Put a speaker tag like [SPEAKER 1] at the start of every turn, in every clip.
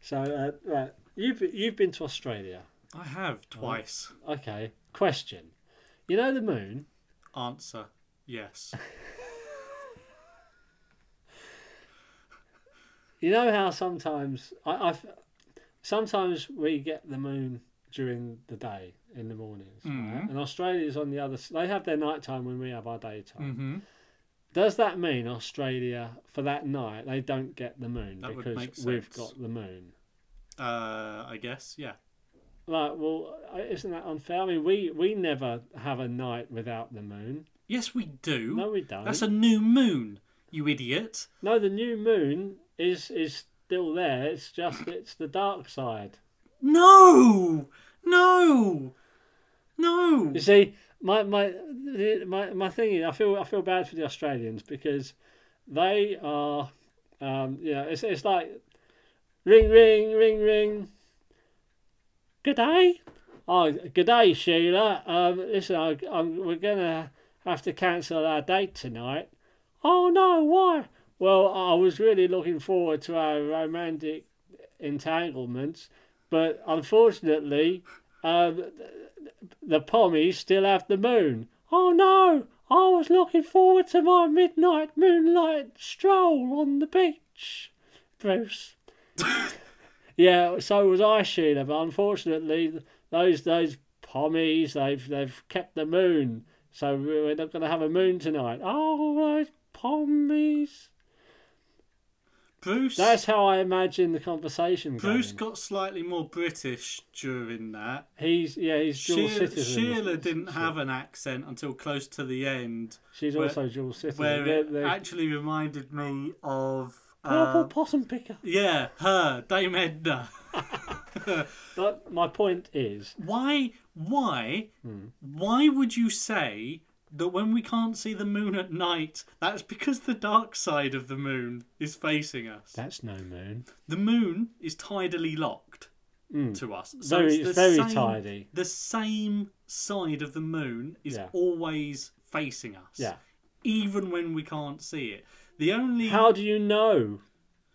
[SPEAKER 1] So uh, right, you've you've been to Australia.
[SPEAKER 2] I have twice.
[SPEAKER 1] Okay. Question. You know the moon.
[SPEAKER 2] Answer yes.
[SPEAKER 1] You know how sometimes I I've, sometimes we get the moon during the day in the mornings, right?
[SPEAKER 2] Mhm.
[SPEAKER 1] and Australia's on the other. s- They have their nighttime when we have our daytime.
[SPEAKER 2] hmm
[SPEAKER 1] Does that mean Australia for that night they don't get the moon
[SPEAKER 2] That would
[SPEAKER 1] because
[SPEAKER 2] make
[SPEAKER 1] we've
[SPEAKER 2] sense.
[SPEAKER 1] got the moon?
[SPEAKER 2] Uh, I guess, yeah.
[SPEAKER 1] Like, well, uh, isn't that unfair? I mean, we we never have a night without the moon.
[SPEAKER 2] Yes, we do.
[SPEAKER 1] No, we don't.
[SPEAKER 2] That's a new moon, you idiot.
[SPEAKER 1] No, the new moon is is still there. It's just it's the dark side.
[SPEAKER 2] No! No! No!
[SPEAKER 1] You see, my my my my thing is, I feel I feel bad for the Australians because they are, um, you know, it's it's like ring ring ring ring. Good day. Oh, good day, Sheila. Um, listen, I, I'm, we're gonna have to cancel our date tonight. Oh no, why? Well, I was really looking forward to our romantic entanglements, but unfortunately, um, the pommies still have the moon. Oh no! I was looking forward to my midnight moonlight stroll on the beach, Bruce. yeah, so was I, Sheila. But unfortunately, those those pommies they've they've kept the moon, so we're not going to have a moon tonight. Oh, those pommies.
[SPEAKER 2] Bruce.
[SPEAKER 1] That's how I imagine the conversation.
[SPEAKER 2] Bruce
[SPEAKER 1] going.
[SPEAKER 2] got slightly more British during that.
[SPEAKER 1] he's yeah, he's dual
[SPEAKER 2] Sheila,
[SPEAKER 1] citizen.
[SPEAKER 2] Sheila didn't have an accent until close to the end,
[SPEAKER 1] She's
[SPEAKER 2] where-
[SPEAKER 1] also dual citizen.
[SPEAKER 2] where
[SPEAKER 1] They're-
[SPEAKER 2] it
[SPEAKER 1] they're-
[SPEAKER 2] actually reminded me of.
[SPEAKER 1] Purple
[SPEAKER 2] Uh,
[SPEAKER 1] possum picker.
[SPEAKER 2] yeah, her, Dame Edna.
[SPEAKER 1] But my point is,
[SPEAKER 2] Why, why, why would you say that when we can't see the moon at night, that's because the dark side of the moon is facing us?
[SPEAKER 1] that's no moon.
[SPEAKER 2] The moon is tidally locked
[SPEAKER 1] Mm.
[SPEAKER 2] to us. So
[SPEAKER 1] Very, it's
[SPEAKER 2] it's the
[SPEAKER 1] very
[SPEAKER 2] same,
[SPEAKER 1] tidy.
[SPEAKER 2] The same side of the moon is
[SPEAKER 1] Yeah.
[SPEAKER 2] always facing us.
[SPEAKER 1] Yeah.
[SPEAKER 2] Even when we can't see it. The only
[SPEAKER 1] How do you know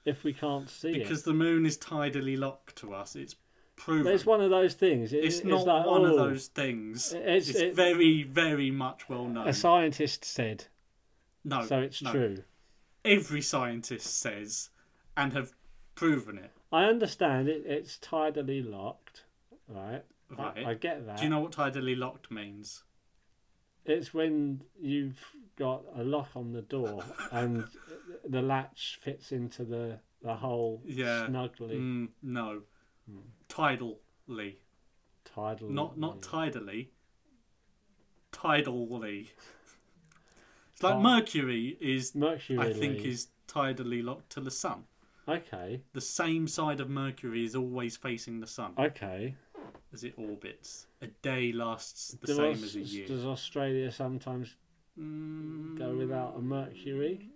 [SPEAKER 1] if we can't see
[SPEAKER 2] because
[SPEAKER 1] it?
[SPEAKER 2] the moon is tidally locked to us, it's proven.
[SPEAKER 1] It's one of those things. It-
[SPEAKER 2] It's not
[SPEAKER 1] like,
[SPEAKER 2] one
[SPEAKER 1] oh,
[SPEAKER 2] of those things.
[SPEAKER 1] It's-
[SPEAKER 2] It's,
[SPEAKER 1] it-
[SPEAKER 2] very, very much well known.
[SPEAKER 1] A scientist said,
[SPEAKER 2] no,
[SPEAKER 1] so it's
[SPEAKER 2] no.
[SPEAKER 1] true.
[SPEAKER 2] Every scientist says, and have proven it.
[SPEAKER 1] I understand it. It's tidally locked, right? I-
[SPEAKER 2] Right.
[SPEAKER 1] I, get that.
[SPEAKER 2] Do you know what tidally locked means?
[SPEAKER 1] It's when you've got a lock on the door and the latch fits into the the hole
[SPEAKER 2] Yeah.
[SPEAKER 1] snugly.
[SPEAKER 2] Mm, no,
[SPEAKER 1] Hmm.
[SPEAKER 2] tidally,
[SPEAKER 1] Tidal.
[SPEAKER 2] not not tidally, tidally. It's like
[SPEAKER 1] Ti-
[SPEAKER 2] Mercury is,
[SPEAKER 1] Mercury.
[SPEAKER 2] I think,
[SPEAKER 1] leaves.
[SPEAKER 2] is tidally locked to the sun.
[SPEAKER 1] okay.
[SPEAKER 2] The same side of Mercury is always facing the sun
[SPEAKER 1] Oh. Okay.
[SPEAKER 2] as it orbits. A day lasts the
[SPEAKER 1] Do
[SPEAKER 2] same
[SPEAKER 1] Aus-
[SPEAKER 2] as a year.
[SPEAKER 1] Does Australia sometimes
[SPEAKER 2] Mm,
[SPEAKER 1] go without a Mercury?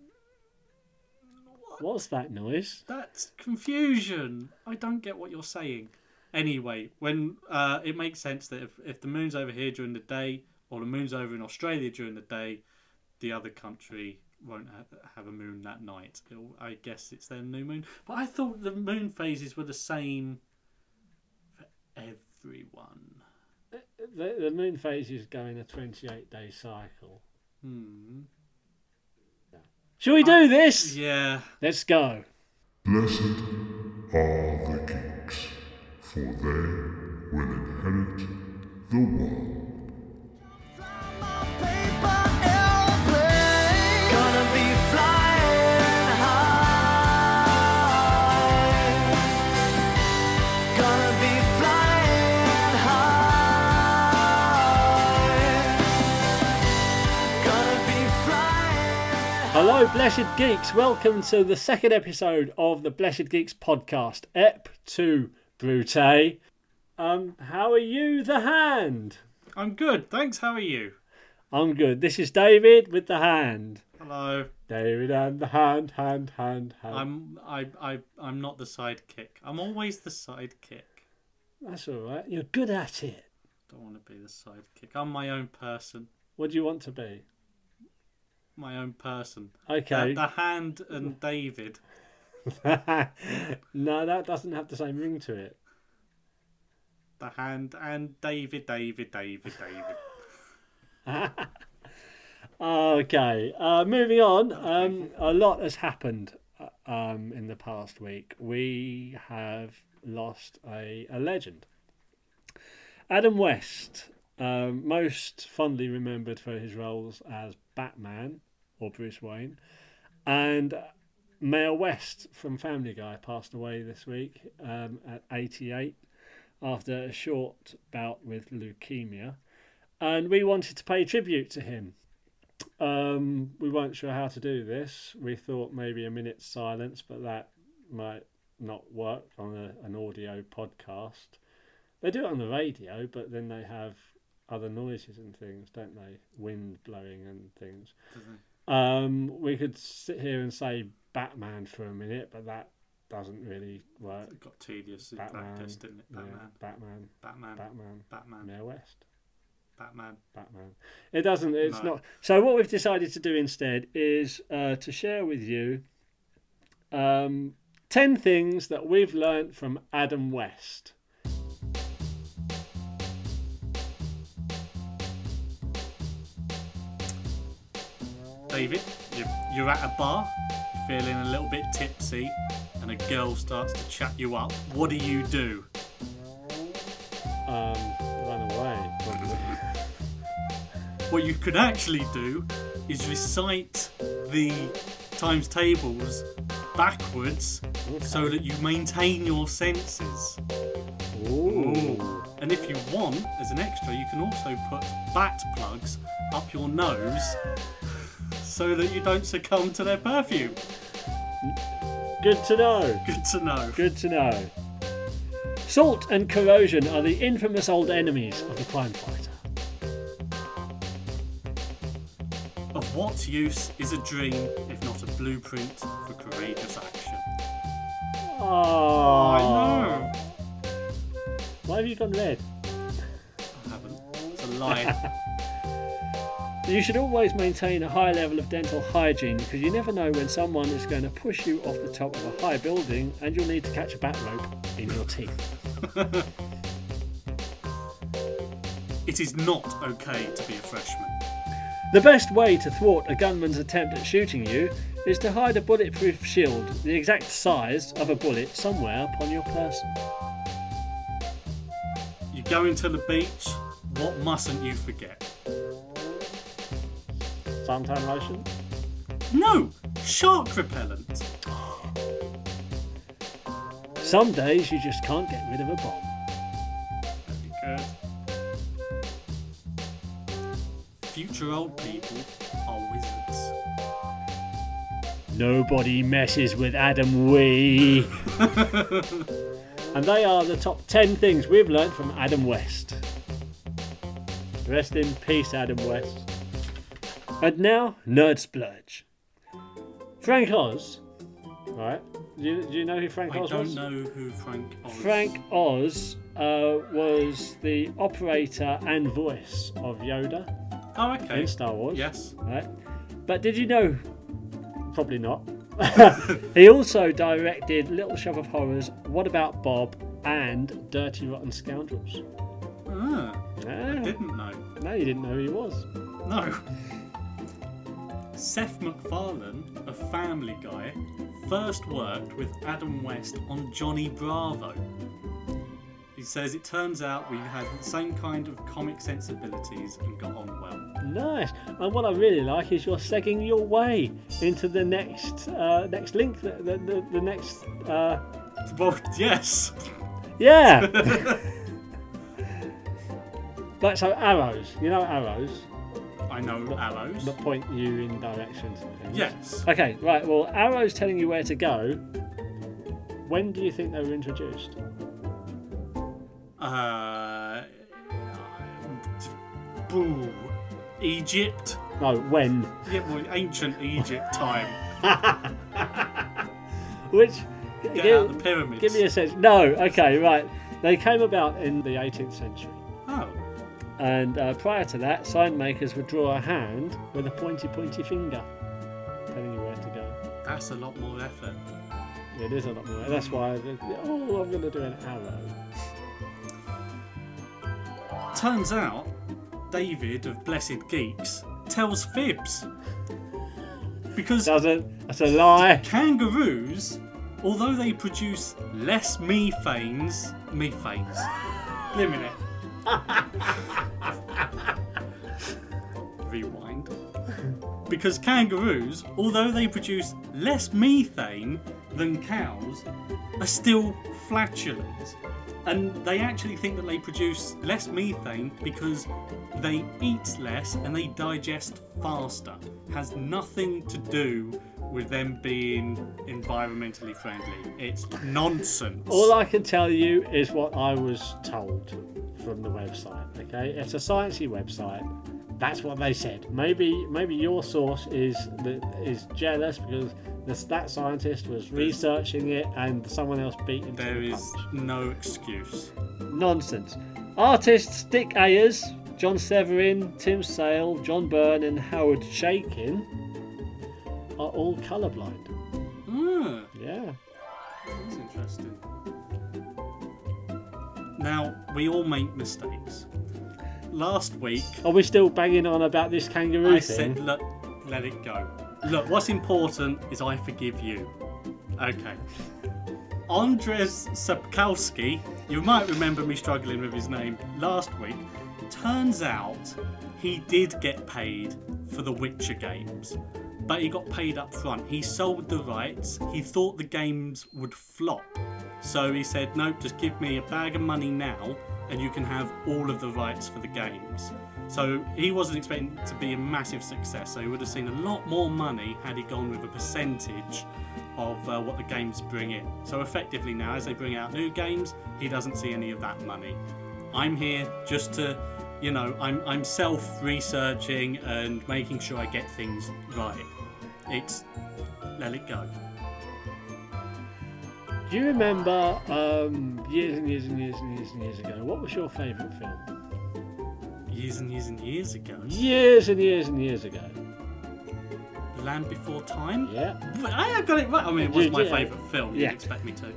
[SPEAKER 1] What's that noise?
[SPEAKER 2] That's confusion. I don't get what you're saying. Anyway, when uh, it makes sense that if, if the moon's over here during the day, or the moon's over in Australia during the day, the other country won't ha- have a moon that night. It'll, I guess it's their new moon. But I thought the moon phases were the same for everyone.
[SPEAKER 1] The, the moon phases go in a 28 day cycle.
[SPEAKER 2] Hmm.
[SPEAKER 1] Shall we do this?
[SPEAKER 2] Yeah.
[SPEAKER 1] Let's go.
[SPEAKER 3] Blessed are the kings, for they will inherit the world.
[SPEAKER 4] Paper airplane, gonna be flying high. Gonna be flying high. Gonna be flying.
[SPEAKER 1] Hello, Blessed Geeks. Welcome to the second episode of the Blessed Geeks podcast, EP 2 Brute. Um, how are you, the hand?
[SPEAKER 2] I'm good. Thanks. How are you?
[SPEAKER 1] I'm good. This is David with the hand.
[SPEAKER 2] Hello.
[SPEAKER 1] David and the hand, hand, hand, hand.
[SPEAKER 2] I'm I, I I'm not the sidekick. I'm always the sidekick.
[SPEAKER 1] That's all right. You're good at it.
[SPEAKER 2] Don't want to be the sidekick. I'm my own person.
[SPEAKER 1] What do you want to be?
[SPEAKER 2] My own person. Uh, The-
[SPEAKER 1] Okay.
[SPEAKER 2] The, hand and David.
[SPEAKER 1] no, that doesn't have the same ring to it.
[SPEAKER 2] The hand and David, David, David, David.
[SPEAKER 1] Okay, uh, moving on. Um, a lot has happened uh, um, in the past week. We have lost a, a legend. Adam West, um, most fondly remembered for his roles as Batman or Bruce Wayne, and Mayor West from Family Guy passed away this week um, at 88 after a short bout with leukemia. And we wanted to pay tribute to him um, we weren't sure how to do this. We thought maybe a minute's silence, but that might not work on a, an audio podcast. They do it on the radio, but then they have other noises and things, don't they? Wind blowing and things. Um, we could sit here and say Batman for a minute, but that doesn't really work.
[SPEAKER 2] It got tedious in
[SPEAKER 1] Batman,
[SPEAKER 2] practice, didn't it?
[SPEAKER 1] Yeah,
[SPEAKER 2] Batman,
[SPEAKER 1] Batman,
[SPEAKER 2] Batman,
[SPEAKER 1] Batman,
[SPEAKER 2] Batman,
[SPEAKER 1] Mayor West.
[SPEAKER 2] Batman.
[SPEAKER 1] Batman. It doesn't. It's
[SPEAKER 2] No.
[SPEAKER 1] not. So what we've decided to do instead is uh, to share with you um, ten things that we've learnt from Adam West.
[SPEAKER 2] David, you're, you're at a bar, feeling a little bit tipsy, and a girl starts to chat you up. What do you do?
[SPEAKER 1] Um, run away. probably.
[SPEAKER 2] What you could actually do is recite the times tables backwards so that you maintain your senses.
[SPEAKER 1] Ooh.
[SPEAKER 2] And if you want, as an extra, you can also put bat plugs up your nose so that you don't succumb to their perfume.
[SPEAKER 1] Good to know.
[SPEAKER 2] Good to know.
[SPEAKER 1] Good to know. Salt and corrosion are the infamous old enemies of the crime fighter.
[SPEAKER 2] Of what use is a dream if not a blueprint for courageous action?
[SPEAKER 1] Oh,
[SPEAKER 2] I know.
[SPEAKER 1] Why have you gone red?
[SPEAKER 2] I haven't. It's a lie.
[SPEAKER 1] You should always maintain a high level of dental hygiene because you never know when someone is going to push you off the top of a high building and you'll need to catch a bat rope in your teeth.
[SPEAKER 2] it is not okay to be a freshman.
[SPEAKER 1] The best way to thwart a gunman's attempt at shooting you is to hide a bulletproof shield, the exact size of a bullet, somewhere upon your person.
[SPEAKER 2] You're going to the beach. What mustn't you forget?
[SPEAKER 1] Suntan lotion?
[SPEAKER 2] No! Shark repellent.
[SPEAKER 1] Some days you just can't get rid of a bomb.
[SPEAKER 2] Very good. Future old people are wizards.
[SPEAKER 1] Nobody messes with Adam Wee. and they are the top 10 things we've learnt from Adam West. Rest in peace, Adam West. And now, Nerd Splurge. Frank Oz. Right. Do you, do you know who Frank
[SPEAKER 2] I
[SPEAKER 1] Oz
[SPEAKER 2] don't
[SPEAKER 1] was?
[SPEAKER 2] know who Frank Oz
[SPEAKER 1] Frank Oz uh, was the operator and voice of Yoda
[SPEAKER 2] Oh, okay.
[SPEAKER 1] in Star Wars.
[SPEAKER 2] Yes.
[SPEAKER 1] Right. But did you know? Probably not. he also directed Little Shop of Horrors, What About Bob, and Dirty Rotten Scoundrels.
[SPEAKER 2] Ah,
[SPEAKER 1] Ah,
[SPEAKER 2] didn't know.
[SPEAKER 1] no, you didn't know who he was.
[SPEAKER 2] No. Seth MacFarlane of Family Guy first worked with Adam West on Johnny Bravo. He says it turns out we had the same kind of comic sensibilities and got on well.
[SPEAKER 1] Nice. And what I really like is you're segging your way into the next uh, next link, the, the, the, the next. Uh,
[SPEAKER 2] Well, yes.
[SPEAKER 1] yeah! like, so arrows. You know arrows
[SPEAKER 2] I know arrows.
[SPEAKER 1] that point you in directions and things.
[SPEAKER 2] Yes.
[SPEAKER 1] Okay, right. Well, arrows telling you where to go. When do you think they were introduced?
[SPEAKER 2] Uh, boo. Egypt.
[SPEAKER 1] No, when?
[SPEAKER 2] Yeah, well, ancient Egypt time.
[SPEAKER 1] Which?
[SPEAKER 2] Get out the
[SPEAKER 1] give,
[SPEAKER 2] pyramids.
[SPEAKER 1] give me a sense. No. Okay, right. They came about in the 18th century,
[SPEAKER 2] Oh,
[SPEAKER 1] and uh, prior to that, sign makers would draw a hand with a pointy, pointy finger, telling you where to go.
[SPEAKER 2] that's a lot more effort.
[SPEAKER 1] It is a lot more. That's why, the- oh, I'm going to do an arrow.
[SPEAKER 2] Turns out, David of Blessed Geeks tells fibs. Because
[SPEAKER 1] Doesn't. That's a lie.
[SPEAKER 2] kangaroos, although they produce less methanes, methanes. Wait a minute. Rewind. Because kangaroos, although they produce less methane than cows, are still flatulent. And they actually think that they produce less methane because they eat less and they digest faster. Has nothing to do with them being environmentally friendly. It's nonsense.
[SPEAKER 1] All I can tell you is what I was told from the website. Okay, it's a sciencey website. That's what they said. Maybe maybe your source is the, is jealous because this, that scientist was researching it and someone else beat him to
[SPEAKER 2] there
[SPEAKER 1] the
[SPEAKER 2] is
[SPEAKER 1] punch.
[SPEAKER 2] no excuse.
[SPEAKER 1] Nonsense. Artists Dick Ayers, John Severin, Tim Sale, John Byrne, and Howard Shakin are all colourblind.
[SPEAKER 2] Ah.
[SPEAKER 1] Yeah.
[SPEAKER 2] That's interesting. Now, we all make mistakes. Last week,
[SPEAKER 1] Are we still banging on about this kangaroo
[SPEAKER 2] I
[SPEAKER 1] thing?
[SPEAKER 2] said, look, let it go. Look, what's important is I forgive you. Okay. Andres Sapkowski, you might remember me struggling with his name last week. Turns out he did get paid for the Witcher games, but he got paid up front. He sold the rights, he thought the games would flop. So he said, Nope, just give me a bag of money now, and you can have all of the rights for the games. So he wasn't expecting it to be a massive success, so he would have seen a lot more money had he gone with a percentage of uh, what the games bring in. So effectively now, as they bring out new games, he doesn't see any of that money. I'm here just to, you know, I'm, I'm self researching and making sure I get things right. It's let it go.
[SPEAKER 1] Do you remember um, years and years and years and years and years ago? What was your favourite film?
[SPEAKER 2] Years and years and years ago.
[SPEAKER 1] Years and years and years ago.
[SPEAKER 2] The Land Before Time?
[SPEAKER 1] Yeah.
[SPEAKER 2] But I have got it right. I mean, it was
[SPEAKER 1] Yeah,
[SPEAKER 2] my
[SPEAKER 1] yeah.
[SPEAKER 2] favourite film. You'd
[SPEAKER 1] Yeah.
[SPEAKER 2] expect me to.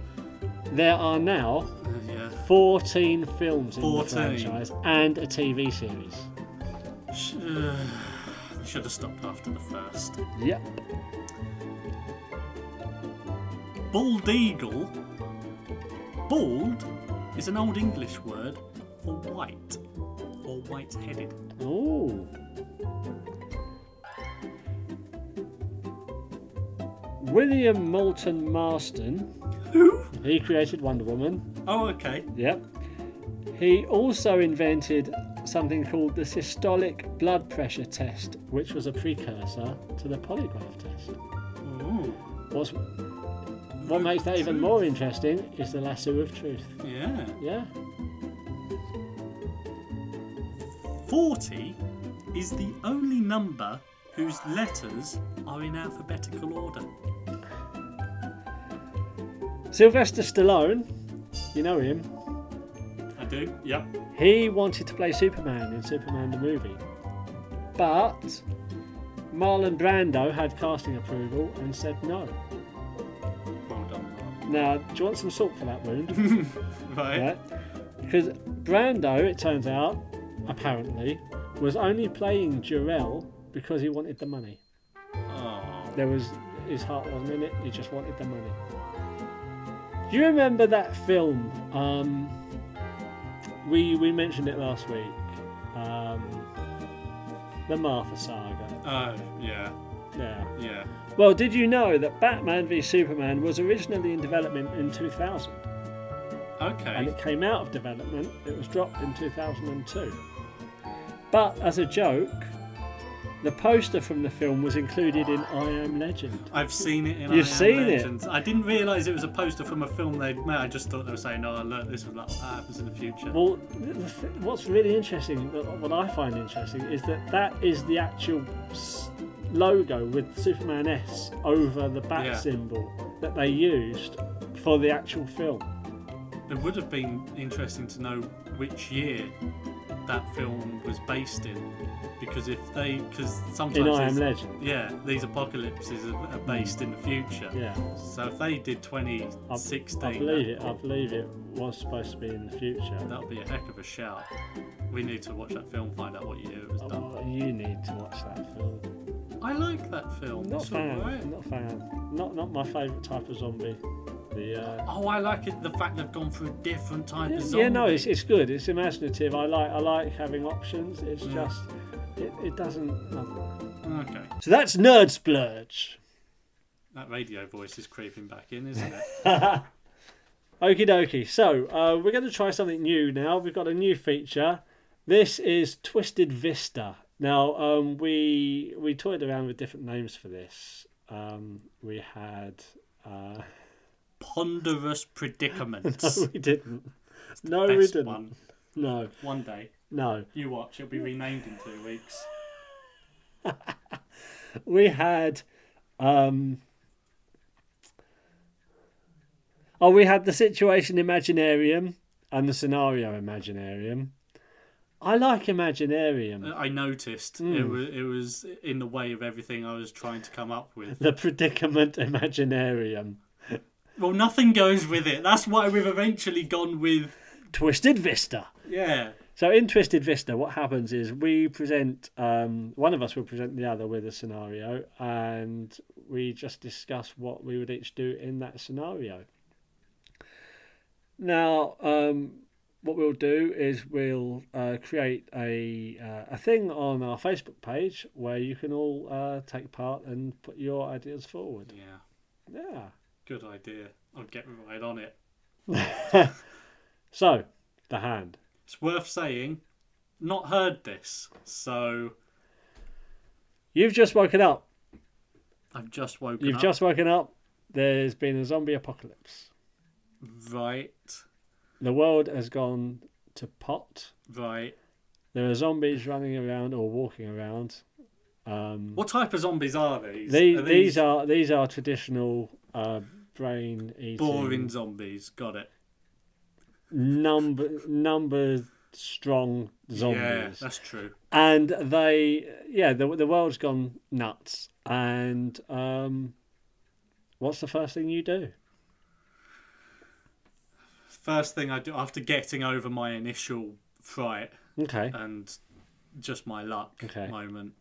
[SPEAKER 1] There are now
[SPEAKER 2] Uh, yeah.
[SPEAKER 1] 14 films in
[SPEAKER 2] 14.
[SPEAKER 1] the franchise and a TV series.
[SPEAKER 2] Sh- uh, Should have stopped after the first.
[SPEAKER 1] Yep.
[SPEAKER 2] Bald eagle. Bald is an old English word for white or white headed.
[SPEAKER 1] Oh. William Moulton Marston.
[SPEAKER 2] Who?
[SPEAKER 1] He created Wonder Woman.
[SPEAKER 2] Oh, okay.
[SPEAKER 1] Yep. He also invented something called the systolic blood pressure test, which was a precursor to the polygraph test.
[SPEAKER 2] Ooh,
[SPEAKER 1] What's, what makes that even more interesting is the lasso of truth.
[SPEAKER 2] yeah.
[SPEAKER 1] Yeah?
[SPEAKER 2] 40 is the only number whose letters are in alphabetical order.
[SPEAKER 1] Sylvester Stallone, you know him,
[SPEAKER 2] I do? Yep.
[SPEAKER 1] he wanted to play Superman in Superman the movie. But Marlon Brando had casting approval and said no.
[SPEAKER 2] Well done.
[SPEAKER 1] Now, do you want some salt for that wound?
[SPEAKER 2] Right.
[SPEAKER 1] right? Because Brando, it turns out, apparently, was only playing Jarell because he wanted the money.
[SPEAKER 2] Oh.
[SPEAKER 1] There was his heart wasn't in it. He just wanted the money. Do you remember that film? Um, we we mentioned it last week. Um, the Martha Saga.
[SPEAKER 2] Oh, yeah.
[SPEAKER 1] Yeah.
[SPEAKER 2] Yeah.
[SPEAKER 1] Well, did you know that Batman v Superman was originally in development in 2000, and
[SPEAKER 2] Okay.
[SPEAKER 1] it came out of development. It was dropped in 2002. But as a joke, the poster from the film was included in I Am Legend.
[SPEAKER 2] I've seen it in
[SPEAKER 1] You've
[SPEAKER 2] I Am
[SPEAKER 1] seen it?
[SPEAKER 2] Legends. I didn't realise it was a poster from a film they'd made. I just thought they were saying, oh, look, this was like, what happens in the future.
[SPEAKER 1] Well, th- the th- what's really interesting, th- what I find interesting, is that that is the actual s- logo with Superman S over the bat
[SPEAKER 2] Yeah.
[SPEAKER 1] symbol that they used for the actual film.
[SPEAKER 2] It would have been interesting to know which year that film was based in, because if they, because
[SPEAKER 1] in
[SPEAKER 2] sometimes
[SPEAKER 1] I Am
[SPEAKER 2] these-
[SPEAKER 1] Legend.
[SPEAKER 2] yeah, these apocalypses are, are based in the future.
[SPEAKER 1] Yeah,
[SPEAKER 2] So if they did
[SPEAKER 1] I,
[SPEAKER 2] 2016,
[SPEAKER 1] I believe it. I believe it was supposed to be in the future.
[SPEAKER 2] That would be a heck of a shout. We need to watch that film, find out what year it was done.
[SPEAKER 1] Oh, you need to watch that film.
[SPEAKER 2] I like that film.
[SPEAKER 1] Not
[SPEAKER 2] it's
[SPEAKER 1] fan.
[SPEAKER 2] alright.
[SPEAKER 1] Not fan. Not not my favourite type of zombie. The uh,
[SPEAKER 2] Oh, I like it. The fact they've gone through different types of
[SPEAKER 1] yeah,
[SPEAKER 2] zombies.
[SPEAKER 1] yeah, no, it's, it's good. It's imaginative. I like I like having options. It's
[SPEAKER 2] Mm.
[SPEAKER 1] just it, it doesn't.
[SPEAKER 2] okay.
[SPEAKER 1] So that's nerd splurge.
[SPEAKER 2] That radio voice is creeping back in, isn't it?
[SPEAKER 1] Okie dokie. So uh, we're going to try something new now. We've got a new feature. This is Twisted Vista. Now um, we we toyed around with different names for this. Um, we had uh,
[SPEAKER 2] Ponderous predicaments.
[SPEAKER 1] we didn't. No, we
[SPEAKER 2] Best
[SPEAKER 1] didn't.
[SPEAKER 2] one.
[SPEAKER 1] No,
[SPEAKER 2] One day,
[SPEAKER 1] no.
[SPEAKER 2] you watch. It'll be renamed in two weeks.
[SPEAKER 1] we had um oh we had the situation imaginarium and the scenario imaginarium i like imaginarium
[SPEAKER 2] I noticed it
[SPEAKER 1] Hmm.
[SPEAKER 2] was it was in the way of everything I was trying to come up with.
[SPEAKER 1] the predicament imaginarium
[SPEAKER 2] Well, nothing goes with it. That's why we've eventually gone with
[SPEAKER 1] twisted vista
[SPEAKER 2] yeah.
[SPEAKER 1] So in Twisted Vista, what happens is we present um, one of us will present the other with a scenario, and we just discuss what we would each do in that scenario. Now, um, what we'll do is we'll uh, create a uh, a thing on our Facebook page where you can all uh, take part and put your ideas forward.
[SPEAKER 2] Yeah.
[SPEAKER 1] Yeah.
[SPEAKER 2] Good idea. I'll get right on it.
[SPEAKER 1] So the hand.
[SPEAKER 2] It's worth saying, not heard this, so
[SPEAKER 1] You've just woken up.
[SPEAKER 2] I've just woken
[SPEAKER 1] You've
[SPEAKER 2] up.
[SPEAKER 1] just woken up. There's been a zombie apocalypse.
[SPEAKER 2] Right,
[SPEAKER 1] The world has gone to pot.
[SPEAKER 2] right.
[SPEAKER 1] There are zombies running around or walking around. Um,
[SPEAKER 2] What type of zombies are these?
[SPEAKER 1] the- these, are these are traditional uh, brain eating
[SPEAKER 2] boring zombies. Got it.
[SPEAKER 1] number number strong
[SPEAKER 2] Yeah,
[SPEAKER 1] zombies,
[SPEAKER 2] that's true.
[SPEAKER 1] and they yeah the the world's gone nuts. And um, what's the first thing you do?
[SPEAKER 2] First thing I do after getting over my initial fright
[SPEAKER 1] Okay,
[SPEAKER 2] and just my luck
[SPEAKER 1] Okay.
[SPEAKER 2] moment.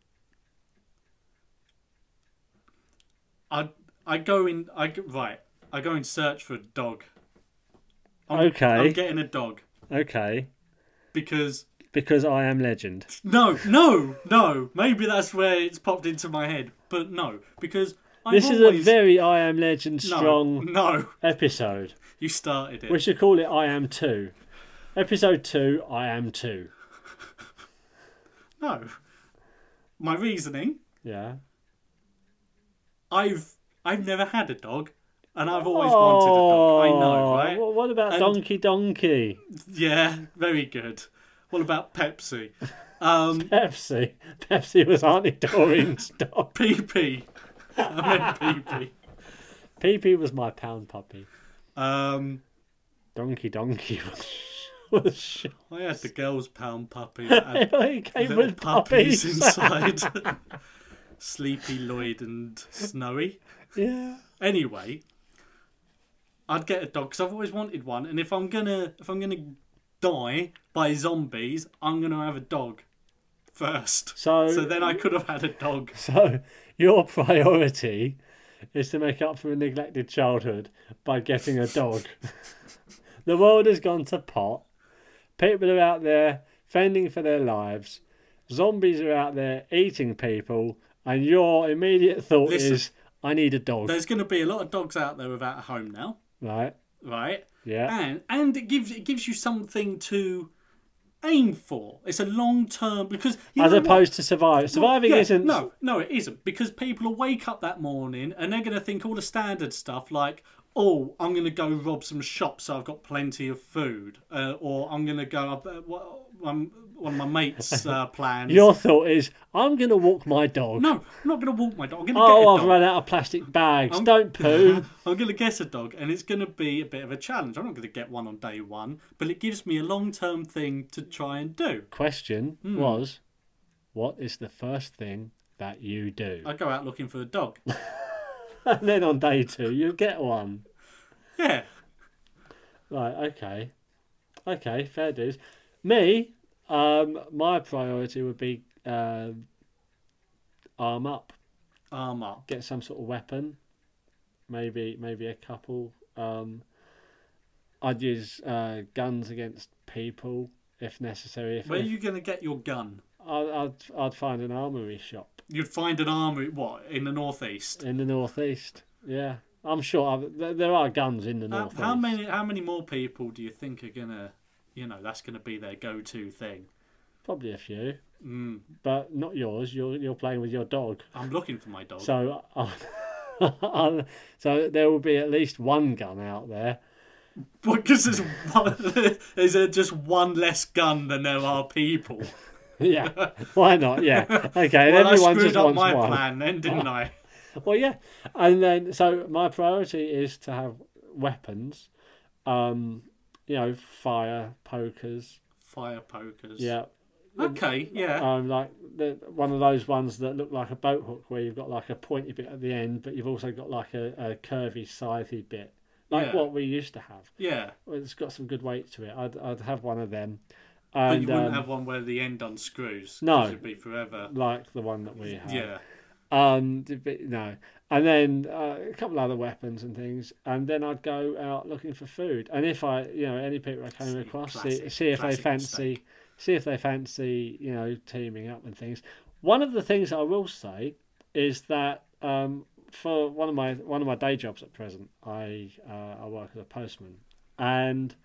[SPEAKER 2] I I go in. I go- right. I go and search for a dog. I'm-
[SPEAKER 1] Okay.
[SPEAKER 2] I'm getting a dog
[SPEAKER 1] okay,
[SPEAKER 2] because
[SPEAKER 1] because I am legend.
[SPEAKER 2] no, no, no. Maybe that's where it's popped into my head, but no, because I'm
[SPEAKER 1] This is
[SPEAKER 2] always...
[SPEAKER 1] a very I am legend
[SPEAKER 2] no,
[SPEAKER 1] strong
[SPEAKER 2] No,
[SPEAKER 1] episode.
[SPEAKER 2] you started it.
[SPEAKER 1] We should call it I Am 2. Episode 2, I Am 2.
[SPEAKER 2] No, my reasoning.
[SPEAKER 1] Yeah.
[SPEAKER 2] I've I've never had a dog, and I've always wanted a dog. I know,
[SPEAKER 1] Oh,
[SPEAKER 2] right?
[SPEAKER 1] wh- What about
[SPEAKER 2] And-
[SPEAKER 1] Donkey Donkey?
[SPEAKER 2] Yeah, very good. What about Pepsi? Um,
[SPEAKER 1] Pepsi. Pepsi was Auntie Doreen's dog.
[SPEAKER 2] PP. I meant PP.
[SPEAKER 1] Pee was my pound puppy.
[SPEAKER 2] Um,
[SPEAKER 1] Donkey Donkey was. was sh-
[SPEAKER 2] I had the girl's pound puppy that had
[SPEAKER 1] he came
[SPEAKER 2] little
[SPEAKER 1] with
[SPEAKER 2] puppies
[SPEAKER 1] puppies.
[SPEAKER 2] inside. Sleepy Lloyd and Snowy.
[SPEAKER 1] yeah.
[SPEAKER 2] Anyway, I'd get a dog because I've always wanted one, and if I'm gonna if I'm gonna die by zombies, I'm gonna have a dog first.
[SPEAKER 1] So-
[SPEAKER 2] so then I could have had a dog.
[SPEAKER 1] So, your priority is to make up for a neglected childhood by getting a dog. the world has gone to pot. People are out there fending for their lives. Zombies are out there eating people. And your immediate thought
[SPEAKER 2] Listen.
[SPEAKER 1] is, I need a dog.
[SPEAKER 2] There's gonna be a lot of dogs out there without a home now.
[SPEAKER 1] Right?
[SPEAKER 2] right?
[SPEAKER 1] Yeah.
[SPEAKER 2] And and it gives it gives you something to aim for. It's a long term because you
[SPEAKER 1] As
[SPEAKER 2] know what?
[SPEAKER 1] opposed to survive. Surviving
[SPEAKER 2] Yeah,
[SPEAKER 1] isn't.
[SPEAKER 2] No, no, it isn't because people will wake up that morning and they're going to think all the standard stuff like, oh, I'm going to go rob some shops so I've got plenty of food. Uh, or I'm going to go, up, uh, wha- one one of my mates' uh, plans.
[SPEAKER 1] Your thought is, I'm going to walk my dog.
[SPEAKER 2] No, I'm not going to walk my dog. I'm going to get a
[SPEAKER 1] oh,
[SPEAKER 2] dog.
[SPEAKER 1] I've run out of plastic bags. Don't poo.
[SPEAKER 2] I'm going to get a dog, and it's going to be a bit of a challenge. I'm not going to get one on day one, but it gives me a long term thing to try and do.
[SPEAKER 1] Question
[SPEAKER 2] Hmm.
[SPEAKER 1] was, what is the first thing that you do?
[SPEAKER 2] I go out looking for a dog.
[SPEAKER 1] and then on day two, you get one.
[SPEAKER 2] Yeah.
[SPEAKER 1] Right, okay. Okay, fair dues. Me, um, my priority would be um arm up,
[SPEAKER 2] Arm up.
[SPEAKER 1] get some sort of weapon, maybe maybe a couple. Um, I'd use uh, guns against people if necessary. If,
[SPEAKER 2] Where are
[SPEAKER 1] if-
[SPEAKER 2] you going to get your gun?
[SPEAKER 1] I'd, I'd I'd find an armory shop
[SPEAKER 2] You'd find an armory, what, in the northeast?
[SPEAKER 1] in the northeast. Yeah, I'm sure I've, there, there are guns in the
[SPEAKER 2] Uh,
[SPEAKER 1] northeast.
[SPEAKER 2] how many how many more people do you think are going to, you know, that's going to be their go to thing?
[SPEAKER 1] Probably a few,
[SPEAKER 2] Mm,
[SPEAKER 1] but not yours. You're you're playing with your dog.
[SPEAKER 2] I'm looking for my dog.
[SPEAKER 1] So, I'll- so there will be at least one gun out there.
[SPEAKER 2] Because there's, one, there's uh, just one less gun than there are people.
[SPEAKER 1] Yeah, why not? Yeah, okay.
[SPEAKER 2] Well,
[SPEAKER 1] and
[SPEAKER 2] I
[SPEAKER 1] everyone
[SPEAKER 2] screwed
[SPEAKER 1] just
[SPEAKER 2] up
[SPEAKER 1] wants
[SPEAKER 2] my
[SPEAKER 1] one.
[SPEAKER 2] plan then, didn't I?
[SPEAKER 1] Well, yeah, and then so my priority is to have weapons. Um, you know, fire pokers.
[SPEAKER 2] Fire pokers.
[SPEAKER 1] Yeah,
[SPEAKER 2] Okay, yeah.
[SPEAKER 1] um, like the, one of those ones that look like a boat hook, where you've got like a pointy bit at the end, but you've also got like a, a curvy, scythy bit, like
[SPEAKER 2] Yeah.
[SPEAKER 1] what we used to have.
[SPEAKER 2] yeah.
[SPEAKER 1] Well, It's got some good weight to it. I'd, I'd have one of them.
[SPEAKER 2] But
[SPEAKER 1] And,
[SPEAKER 2] you wouldn't
[SPEAKER 1] um,
[SPEAKER 2] have one where the end unscrews.
[SPEAKER 1] No.
[SPEAKER 2] It'd be forever.
[SPEAKER 1] like the one that we have.
[SPEAKER 2] Yeah.
[SPEAKER 1] Um, d- but no. And then uh, a couple other weapons and things. And then I'd go out looking for food. And if I, you know, any people I came
[SPEAKER 2] See,
[SPEAKER 1] across, see,
[SPEAKER 2] classic-
[SPEAKER 1] see if they
[SPEAKER 2] classic
[SPEAKER 1] fancy,
[SPEAKER 2] mistake.
[SPEAKER 1] see if they fancy, you know, teaming up and things. One of the things I will say is that um, for one of my one of my day jobs at present, I uh, I work as a postman, and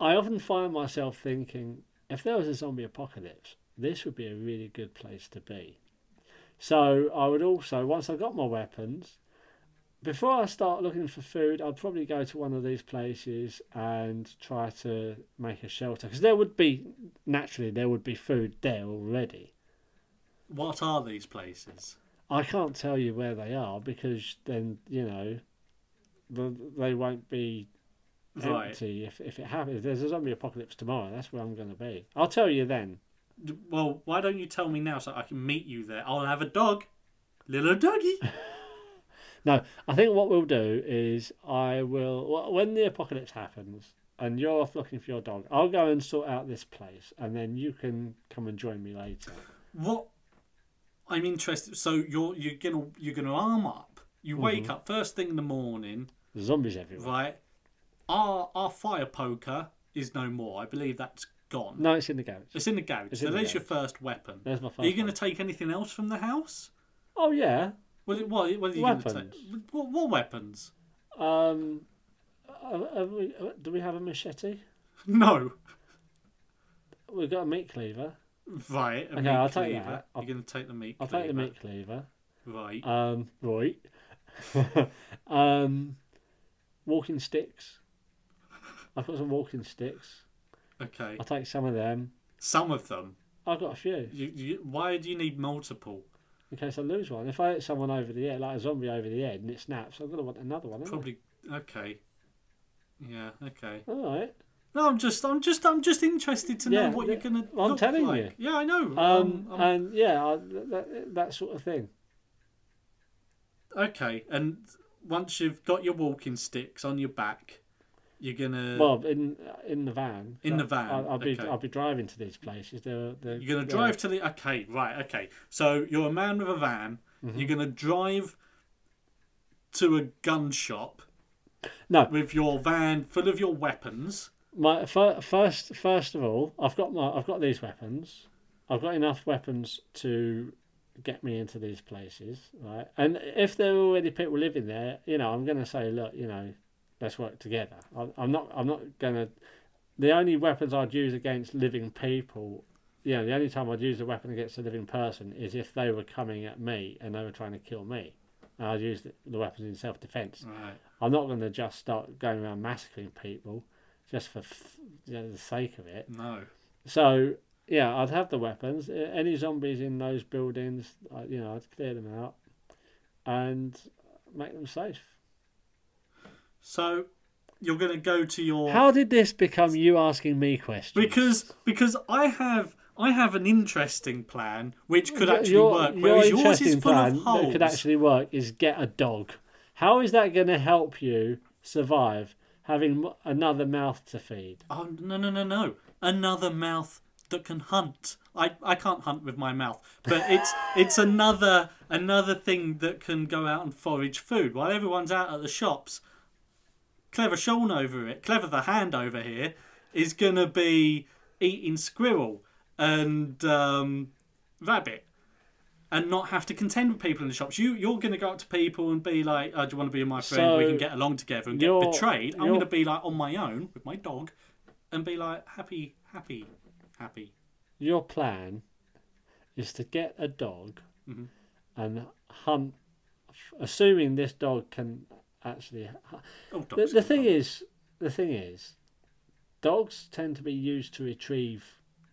[SPEAKER 1] I often find myself thinking, if there was a zombie apocalypse, this would be a really good place to be. So I would also, once I got my weapons, before I start looking for food, I'd probably go to one of these places and try to make a shelter because there would be naturally there would be food there already.
[SPEAKER 2] What are these places?
[SPEAKER 1] I can't tell you where they are because then you know the, they won't be
[SPEAKER 2] Right.
[SPEAKER 1] empty if, if it happens. If there's a zombie apocalypse tomorrow, that's where I'm going to be. I'll tell you then.
[SPEAKER 2] D- Well, why don't you tell me now so I can meet you there? I'll have a dog. Little doggy.
[SPEAKER 1] No, I think what we'll do is I will wh- when the apocalypse happens and you're off looking for your dog, I'll go and sort out this place and then you can come and join me later.
[SPEAKER 2] What? I'm interested. So you're you're gonna you're gonna arm up. You
[SPEAKER 1] Mm-hmm.
[SPEAKER 2] wake up first thing in the morning,
[SPEAKER 1] There's zombies everywhere.
[SPEAKER 2] right? Our our fire poker is no more. I believe that's gone.
[SPEAKER 1] No, it's in the garage.
[SPEAKER 2] It's in the garage.
[SPEAKER 1] It's
[SPEAKER 2] so
[SPEAKER 1] in the
[SPEAKER 2] there's your first weapon.
[SPEAKER 1] There's my
[SPEAKER 2] Are you
[SPEAKER 1] first.
[SPEAKER 2] going to
[SPEAKER 1] one.
[SPEAKER 2] take anything else from the house?
[SPEAKER 1] Oh yeah.
[SPEAKER 2] Well, it, what, what are you going to take?
[SPEAKER 1] Weapons.
[SPEAKER 2] What, what weapons?
[SPEAKER 1] Um, uh, have we, uh, do we have a machete?
[SPEAKER 2] No.
[SPEAKER 1] We've got a meat cleaver.
[SPEAKER 2] Right. A
[SPEAKER 1] Okay,
[SPEAKER 2] meat
[SPEAKER 1] I'll take
[SPEAKER 2] cleaver.
[SPEAKER 1] that. I'll-
[SPEAKER 2] You're going to take the meat.
[SPEAKER 1] I'll
[SPEAKER 2] cleaver.
[SPEAKER 1] take the meat cleaver.
[SPEAKER 2] Right.
[SPEAKER 1] Um, right. um, walking sticks. I've got some walking sticks. Uh,
[SPEAKER 2] okay.
[SPEAKER 1] I'll take some of them.
[SPEAKER 2] Some of them.
[SPEAKER 1] I've got a few
[SPEAKER 2] You, you, why do you need multiple?
[SPEAKER 1] in case I lose one. If I hit someone over the head, like a zombie over the head, and it snaps, I'm gonna want another one. Probably.
[SPEAKER 2] Probably. Okay. Yeah. Okay.
[SPEAKER 1] All right.
[SPEAKER 2] No, I'm just, I'm just, I'm just interested to know
[SPEAKER 1] Yeah,
[SPEAKER 2] what
[SPEAKER 1] yeah,
[SPEAKER 2] you're gonna.
[SPEAKER 1] well, I'm
[SPEAKER 2] look
[SPEAKER 1] telling
[SPEAKER 2] like.
[SPEAKER 1] you.
[SPEAKER 2] Yeah, I know.
[SPEAKER 1] Um,
[SPEAKER 2] I'm-
[SPEAKER 1] and yeah, I, that, that sort of thing.
[SPEAKER 2] okay. And once you've got your walking sticks on your back, you're gonna.
[SPEAKER 1] Well, in in the van.
[SPEAKER 2] In the
[SPEAKER 1] Like,
[SPEAKER 2] van,
[SPEAKER 1] I'll, I'll be
[SPEAKER 2] okay.
[SPEAKER 1] I'll be driving to these places. They're, they're,
[SPEAKER 2] You're gonna
[SPEAKER 1] they're-
[SPEAKER 2] drive to the okay, right, okay. So you're a man with a van.
[SPEAKER 1] Mm-hmm.
[SPEAKER 2] You're gonna drive to a gun shop
[SPEAKER 1] No,
[SPEAKER 2] with your van full of your weapons.
[SPEAKER 1] my fir- first first of all, I've got my I've got these weapons. I've got enough weapons to get me into these places, right? And if there are already people living there, you know, I'm gonna say, look, you know, let's work together. I'm, I'm not I'm not gonna. The only weapons I'd use against living people. You know, the only time I'd use a weapon against a living person is if they were coming at me and they were trying to kill me. and I'd use the, the weapons in self defense.
[SPEAKER 2] Right.
[SPEAKER 1] I'm not going to just start going around massacring people just for f- you know, the sake of it.
[SPEAKER 2] No.
[SPEAKER 1] So yeah, I'd have the weapons. A- Any zombies in those buildings, I, you know, I'd clear them out and make them safe.
[SPEAKER 2] So you're going to go to your
[SPEAKER 1] How did this become you asking me questions?
[SPEAKER 2] because because I have I have an interesting plan which could
[SPEAKER 1] Your-
[SPEAKER 2] actually
[SPEAKER 1] your-
[SPEAKER 2] work,
[SPEAKER 1] your
[SPEAKER 2] whereas yours is
[SPEAKER 1] interesting
[SPEAKER 2] full
[SPEAKER 1] plan
[SPEAKER 2] of holes.
[SPEAKER 1] That could actually work is get a dog. How is that going to help you survive having m- another mouth to feed?
[SPEAKER 2] Oh no no no no! Another mouth that can hunt. I, I can't hunt with my mouth, but it's it's another another thing that can go out and forage food while everyone's out at the shops. Clever Sean over it, clever the hand over here, is gonna be eating squirrel and um, rabbit, and not have to contend with people in the shops. You you're gonna go up to people and be like, oh, "Do you want to be my friend? we
[SPEAKER 1] So,
[SPEAKER 2] can get along together and get
[SPEAKER 1] you're-
[SPEAKER 2] betrayed." I'm
[SPEAKER 1] you're-
[SPEAKER 2] gonna be like on my own with my dog and be like happy, happy, happy.
[SPEAKER 1] Your plan is to get a dog
[SPEAKER 2] Mm-hmm.
[SPEAKER 1] and hunt, assuming this dog can actually. hu-
[SPEAKER 2] Oh,
[SPEAKER 1] The,
[SPEAKER 2] dogs
[SPEAKER 1] the
[SPEAKER 2] can
[SPEAKER 1] thing
[SPEAKER 2] hunt.
[SPEAKER 1] is, the thing is, dogs tend to be used to retrieve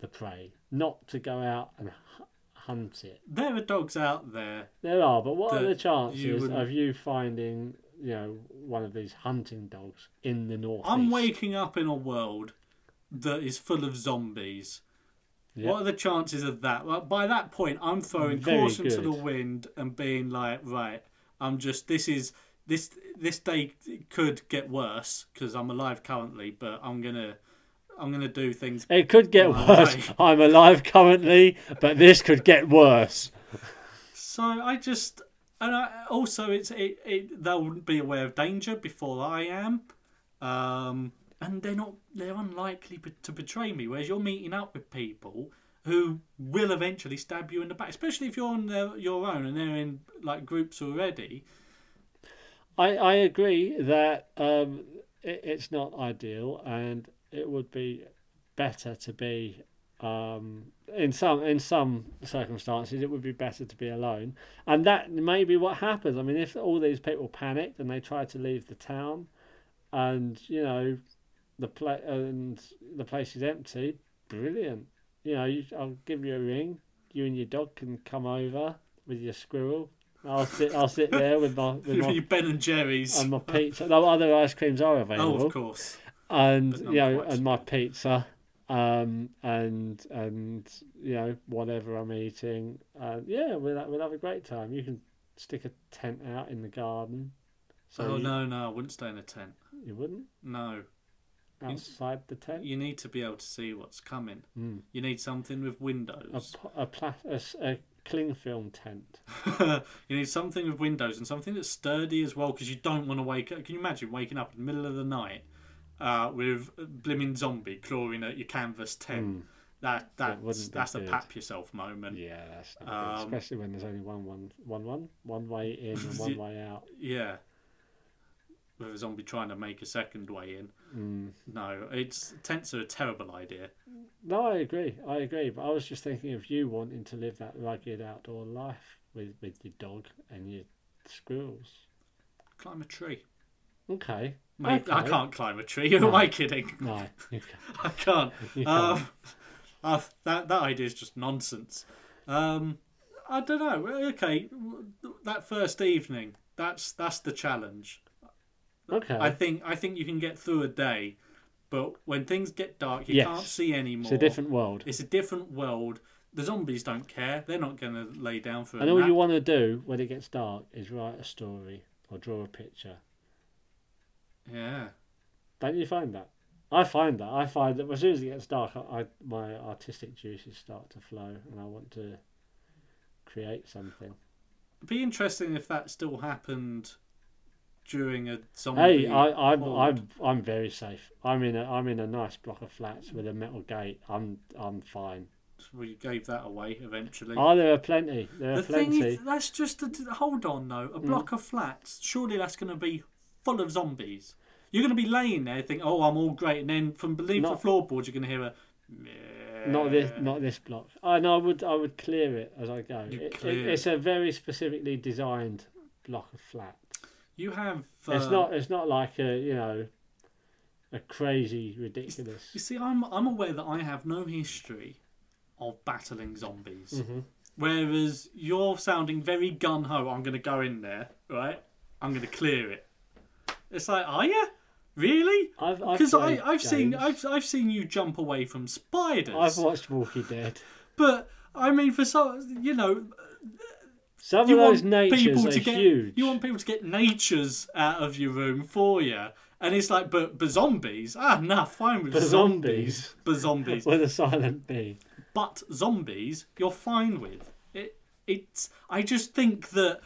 [SPEAKER 1] the prey, not to go out and hu- hunt it.
[SPEAKER 2] there are dogs out there.
[SPEAKER 1] There are, but what are
[SPEAKER 2] that
[SPEAKER 1] the
[SPEAKER 2] you
[SPEAKER 1] chances
[SPEAKER 2] wouldn't-
[SPEAKER 1] of you finding, you know, one of these hunting dogs in the north?
[SPEAKER 2] I'm waking up in a world that is full of zombies.
[SPEAKER 1] Yeah.
[SPEAKER 2] What are the chances of that? Well, by that point, I'm throwing
[SPEAKER 1] Very
[SPEAKER 2] caution to
[SPEAKER 1] good.
[SPEAKER 2] the wind and being like, right, I'm just this is this this day could get worse because I'm alive currently, but I'm gonna I'm gonna do things.
[SPEAKER 1] It could get
[SPEAKER 2] Right.
[SPEAKER 1] worse. I'm alive currently, but this could get worse.
[SPEAKER 2] So I just and I also it's it, it they'll be aware of danger before I am, um, and they're not they're unlikely be- to betray me. Whereas you're meeting up with people who will eventually stab you in the back, especially if you're on their, your own and they're in like groups already.
[SPEAKER 1] I, I agree that um, it, it's not ideal, and it would be better to be um, in some in some circumstances it would be better to be alone, and that may be what happens. I mean, if all these people panicked and they tried to leave the town, and you know, the pla- and the place is empty, brilliant. You know, you, I'll give you a ring. You and your dog can come over with your squirrel. I'll sit. I'll sit there with my with my
[SPEAKER 2] You Ben and Jerry's.
[SPEAKER 1] and my pizza. No other ice creams are
[SPEAKER 2] oh,
[SPEAKER 1] available.
[SPEAKER 2] of course.
[SPEAKER 1] and
[SPEAKER 2] but
[SPEAKER 1] you
[SPEAKER 2] not
[SPEAKER 1] know,
[SPEAKER 2] quite
[SPEAKER 1] and my pizza, um, and and you know whatever I'm eating. Uh, yeah, we'll ha- we'll have a great time. You can stick a tent out in the garden. So
[SPEAKER 2] oh
[SPEAKER 1] you,
[SPEAKER 2] no, no, I wouldn't stay in a tent.
[SPEAKER 1] you wouldn't
[SPEAKER 2] No,
[SPEAKER 1] outside the tent.
[SPEAKER 2] you need to be able to see what's coming.
[SPEAKER 1] Mm.
[SPEAKER 2] You need something with windows.
[SPEAKER 1] A p- a, pla- a s- a cling film tent.
[SPEAKER 2] you need something with windows and something that's sturdy as well because you don't want to wake up. Can you imagine waking up in the middle of the night uh, with a blimmin' zombie clawing at your canvas tent? That
[SPEAKER 1] That
[SPEAKER 2] that's
[SPEAKER 1] Hmm. wouldn't be
[SPEAKER 2] that's the
[SPEAKER 1] good.
[SPEAKER 2] pap yourself moment. Yeah.
[SPEAKER 1] Yeah, that's not good,
[SPEAKER 2] Um,
[SPEAKER 1] especially when there's only one one one one one way in and one way out.
[SPEAKER 2] With a zombie trying to make a second way in.
[SPEAKER 1] Mm.
[SPEAKER 2] No, it's tents are a terrible idea.
[SPEAKER 1] No, I agree. I agree. But I was just thinking of you wanting to live that rugged outdoor life with, with your dog and your squirrels.
[SPEAKER 2] Climb a tree.
[SPEAKER 1] Okay.
[SPEAKER 2] Mate, I
[SPEAKER 1] Okay.
[SPEAKER 2] can't climb a tree. Who am I kidding?
[SPEAKER 1] No. you can't.
[SPEAKER 2] I can't.
[SPEAKER 1] You
[SPEAKER 2] Um, uh, that that idea is just nonsense. Um, I don't know. Okay, that first evening, that's that's the challenge.
[SPEAKER 1] Okay.
[SPEAKER 2] I think I think you can get through a day, but when things get dark, you
[SPEAKER 1] Yes.
[SPEAKER 2] can't see anymore.
[SPEAKER 1] it's a different world.
[SPEAKER 2] It's a different world. The zombies don't care. They're not going to lay down for a
[SPEAKER 1] And all
[SPEAKER 2] nap.
[SPEAKER 1] you want to do when it gets dark is write a story or draw a picture.
[SPEAKER 2] Yeah.
[SPEAKER 1] Don't you find that? I find that. I find that as soon as it gets dark, I, I my artistic juices start to flow and I want to create something.
[SPEAKER 2] It'd be interesting if that still happened during a zombie.
[SPEAKER 1] Hey, I, I'm
[SPEAKER 2] horde.
[SPEAKER 1] I'm I'm very safe. I'm in a I'm in a nice block of flats with a metal gate. I'm I'm fine.
[SPEAKER 2] We gave that away eventually.
[SPEAKER 1] Oh, there are plenty. There are
[SPEAKER 2] The
[SPEAKER 1] plenty. Mm.
[SPEAKER 2] thing is, that's just a hold on though. A block of flats, surely that's going to be full of zombies. You're going to be laying there, thinking, "Oh, I'm all great," and then from beneath the
[SPEAKER 1] Not-
[SPEAKER 2] floorboards, you're going to hear a. "Meh."
[SPEAKER 1] Not this not this block. I know I would I would clear it as I go.
[SPEAKER 2] You
[SPEAKER 1] It- it-
[SPEAKER 2] clear
[SPEAKER 1] it's a very specifically designed block of flats.
[SPEAKER 2] You have. Uh,
[SPEAKER 1] it's not. It's not like a you know, a crazy ridiculous.
[SPEAKER 2] You see, I'm I'm aware that I have no history of battling zombies,
[SPEAKER 1] Mm-hmm.
[SPEAKER 2] whereas you're sounding very gun ho. I'm going to go in there, right? I'm going to clear it. It's like, are you really?
[SPEAKER 1] I've
[SPEAKER 2] Because
[SPEAKER 1] because
[SPEAKER 2] I've, seen I've, I've seen you jump away from spiders,
[SPEAKER 1] I've watched Walking Dead.
[SPEAKER 2] but I mean, for so you know,
[SPEAKER 1] Some
[SPEAKER 2] you
[SPEAKER 1] of those
[SPEAKER 2] want
[SPEAKER 1] natures
[SPEAKER 2] people
[SPEAKER 1] are
[SPEAKER 2] to get
[SPEAKER 1] huge.
[SPEAKER 2] you want people to get natures out of your room for you, and it's like, but but zombies? Ah, nah, fine with
[SPEAKER 1] But
[SPEAKER 2] zombies,
[SPEAKER 1] zombies.
[SPEAKER 2] but zombies,
[SPEAKER 1] with a silent B.
[SPEAKER 2] but zombies, you're fine with it. It's I just think that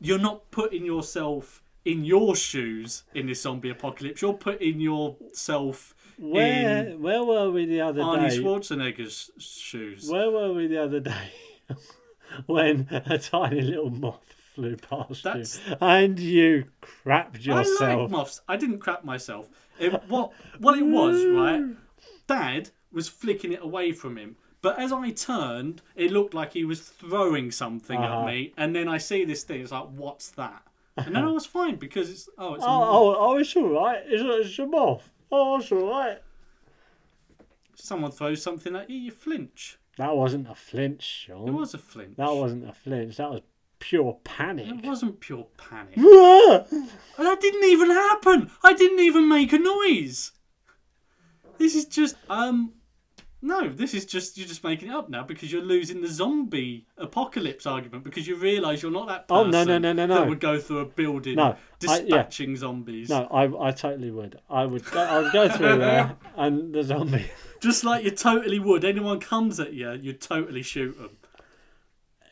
[SPEAKER 2] you're not putting yourself in your shoes in this zombie apocalypse. You're putting yourself
[SPEAKER 1] Where
[SPEAKER 2] in
[SPEAKER 1] where were we the other
[SPEAKER 2] Arnie
[SPEAKER 1] day?
[SPEAKER 2] Schwarzenegger's shoes.
[SPEAKER 1] Where were we the other day when a tiny little moth flew past
[SPEAKER 2] That's-
[SPEAKER 1] you and you crapped
[SPEAKER 2] I like
[SPEAKER 1] yourself?
[SPEAKER 2] muffs. I didn't crap myself. It, what what it was, right? Dad was flicking it away from him. But as I turned, it looked like he was throwing something
[SPEAKER 1] Uh-huh.
[SPEAKER 2] at me, and then I see this thing. It's like, what's that? And then I was fine because it's oh, it's a moth.
[SPEAKER 1] oh, oh, oh, it's all right. It's, it's a moth. Oh, it's all right.
[SPEAKER 2] someone throws something at you, you flinch.
[SPEAKER 1] That wasn't a flinch,
[SPEAKER 2] It
[SPEAKER 1] Sean.
[SPEAKER 2] was a flinch.
[SPEAKER 1] Mm. That wasn't a flinch. That was pure panic.
[SPEAKER 2] It wasn't pure panic.
[SPEAKER 1] Ah!
[SPEAKER 2] And that didn't even happen. I didn't even make a noise. This is just um no, this is just you're just making it up now because you're losing the zombie apocalypse argument because you realise you're not that
[SPEAKER 1] Oh,
[SPEAKER 2] person
[SPEAKER 1] no, no, no, no, no.
[SPEAKER 2] that would go through a building
[SPEAKER 1] No, I- yeah.
[SPEAKER 2] dispatching zombies.
[SPEAKER 1] No, I, I totally would. I would go, I would go through there and the zombie.
[SPEAKER 2] Just like you totally would. Anyone comes at you, you totally shoot them.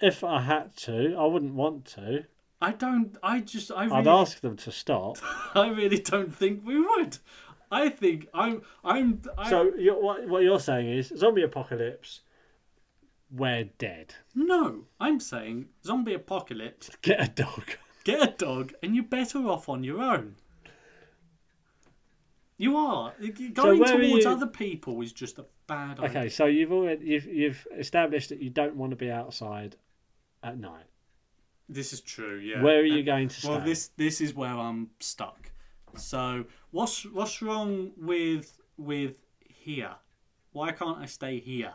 [SPEAKER 1] If I had to, I wouldn't want to.
[SPEAKER 2] I don't I just I
[SPEAKER 1] I'd
[SPEAKER 2] really
[SPEAKER 1] ask them to stop.
[SPEAKER 2] I really don't think we would. I think I'm I'm I,
[SPEAKER 1] So you're, what what you're saying is zombie apocalypse, we're dead.
[SPEAKER 2] no. I'm saying zombie apocalypse
[SPEAKER 1] Get a dog.
[SPEAKER 2] get a dog and you're better off on your own. You are. Going
[SPEAKER 1] where are
[SPEAKER 2] towards
[SPEAKER 1] you-
[SPEAKER 2] other people is just a bad idea.
[SPEAKER 1] Okay, so you've already you've you've established that you don't want to be outside at night.
[SPEAKER 2] This is true, yeah.
[SPEAKER 1] Where are you going to stay?
[SPEAKER 2] Well, this this is where I'm stuck. So, what's what's wrong with with here? Why can't I stay here?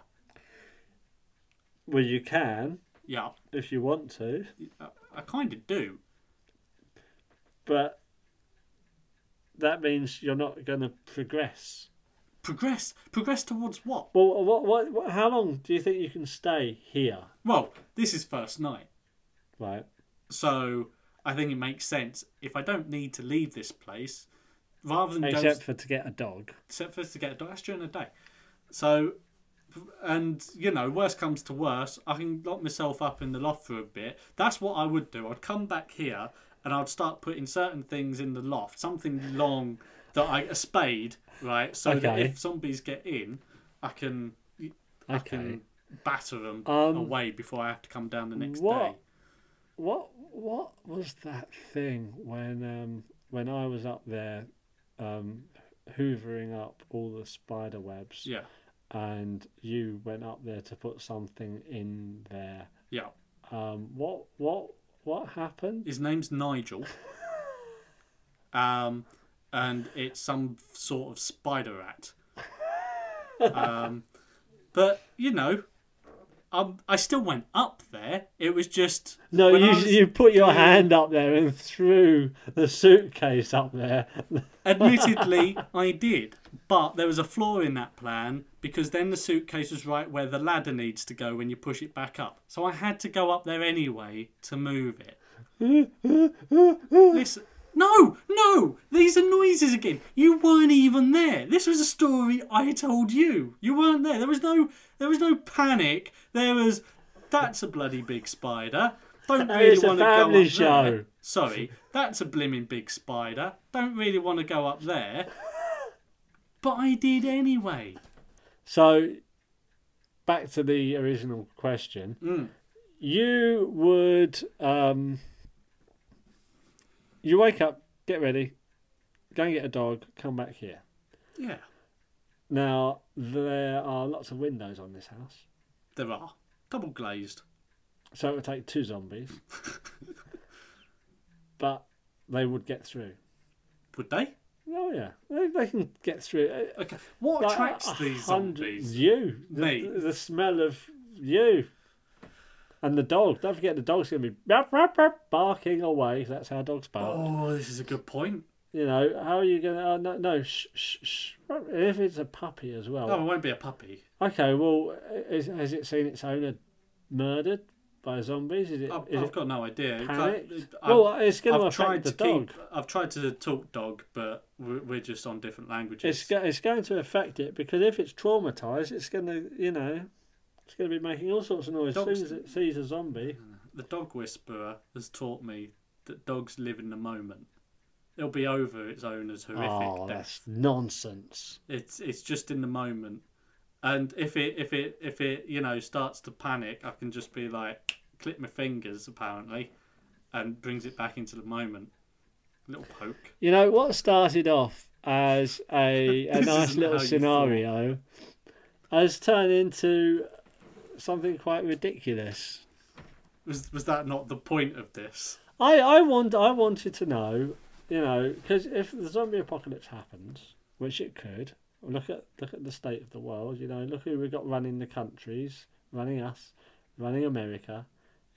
[SPEAKER 1] Well, you can
[SPEAKER 2] Yeah,
[SPEAKER 1] if you want to,
[SPEAKER 2] I, I kind of do.
[SPEAKER 1] but that means you're not going to progress.
[SPEAKER 2] Progress progress towards what?
[SPEAKER 1] Well, what, what what how long do you think you can stay here?
[SPEAKER 2] Well, this is first night.
[SPEAKER 1] Right.
[SPEAKER 2] So, I think it makes sense if I don't need to leave this place rather than go
[SPEAKER 1] Except for to get a dog.
[SPEAKER 2] except for us to get a dog. That's during the day. So, and you know, worst comes to worst, I can lock myself up in the loft for a bit. That's what I would do. I'd come back here and I'd start putting certain things in the loft, something long that I a spade, right? So that
[SPEAKER 1] Okay.
[SPEAKER 2] if zombies get in, I can I
[SPEAKER 1] Okay.
[SPEAKER 2] can batter them
[SPEAKER 1] Um,
[SPEAKER 2] away before I have to come down the next
[SPEAKER 1] what-
[SPEAKER 2] day.
[SPEAKER 1] What what was that thing when um when I was up there um hoovering up all the spider webs
[SPEAKER 2] Yeah,
[SPEAKER 1] and you went up there to put something in there.
[SPEAKER 2] yeah.
[SPEAKER 1] Um what what what happened?
[SPEAKER 2] His name's Nigel. Um, and it's some sort of spider rat. Um, but you know, um, I still went up there. It was just
[SPEAKER 1] No,
[SPEAKER 2] when
[SPEAKER 1] you
[SPEAKER 2] I was-
[SPEAKER 1] you put your hand up there and threw the suitcase up there.
[SPEAKER 2] Admittedly, I did, but there was a flaw in that plan because then the suitcase was right where the ladder needs to go when you push it back up. So I had to go up there anyway to move it. Listen. No, no, these are noises again. You weren't even there. This was a story I told you. You weren't there. There was no there was no panic. There was that's a bloody big spider. Don't really
[SPEAKER 1] It's a
[SPEAKER 2] want to go up
[SPEAKER 1] family
[SPEAKER 2] there.
[SPEAKER 1] show.
[SPEAKER 2] Sorry, that's a blimmin' big spider. Don't really want to go up there. But I did anyway.
[SPEAKER 1] So back to the original question.
[SPEAKER 2] Mm.
[SPEAKER 1] You would um you wake up, get ready, go and get a dog, come back here.
[SPEAKER 2] Yeah,
[SPEAKER 1] Now there are lots of windows on this house.
[SPEAKER 2] there are. Double glazed.
[SPEAKER 1] So it would take two zombies but they would get through.
[SPEAKER 2] Would they?
[SPEAKER 1] Oh yeah, they, they can get through. Uh,
[SPEAKER 2] Okay. What
[SPEAKER 1] like,
[SPEAKER 2] attracts
[SPEAKER 1] a
[SPEAKER 2] these
[SPEAKER 1] hundred-
[SPEAKER 2] zombies?
[SPEAKER 1] You, the,
[SPEAKER 2] Me.
[SPEAKER 1] the- the smell of you, and the dog. Don't forget the dog's gonna be bark, bark, bark, barking away. That's how dogs bark.
[SPEAKER 2] Oh, this is a good point.
[SPEAKER 1] You know how are you gonna? Oh, no, no, shh, shh, shh. If it's a puppy as well.
[SPEAKER 2] Oh, it won't be a puppy.
[SPEAKER 1] Okay, well, is, has it seen its owner murdered by zombies? Is it?
[SPEAKER 2] I've,
[SPEAKER 1] is
[SPEAKER 2] I've
[SPEAKER 1] it
[SPEAKER 2] got no idea. It's like-
[SPEAKER 1] panicked?
[SPEAKER 2] I'm-
[SPEAKER 1] well, it's going to
[SPEAKER 2] I've
[SPEAKER 1] affect
[SPEAKER 2] tried
[SPEAKER 1] the
[SPEAKER 2] to
[SPEAKER 1] dog.
[SPEAKER 2] keep. I've tried to talk dog, but we're, we're just on different languages.
[SPEAKER 1] It's go- it's going to affect it because if it's traumatized, it's going to you know, it's going to be making all sorts of noise as soon
[SPEAKER 2] Dogs-
[SPEAKER 1] as it sees a zombie.
[SPEAKER 2] the dog whisperer has taught me that dogs live in the moment. It'll be over its owner's horrific
[SPEAKER 1] Oh,
[SPEAKER 2] death.
[SPEAKER 1] that's nonsense.
[SPEAKER 2] It's it's just in the moment, and if it if it if it you know starts to panic, I can just be like, clip my fingers apparently, and brings it back into the moment. Little poke.
[SPEAKER 1] You know what started off as a a
[SPEAKER 2] This
[SPEAKER 1] nice
[SPEAKER 2] isn't
[SPEAKER 1] little
[SPEAKER 2] how you
[SPEAKER 1] scenario has turned into something quite ridiculous.
[SPEAKER 2] Was was that not the point of this?
[SPEAKER 1] I I want I wanted to know, you know, because if the zombie apocalypse happens, which it could, look at look at the state of the world. You know, look who we got running the countries, running us, running America.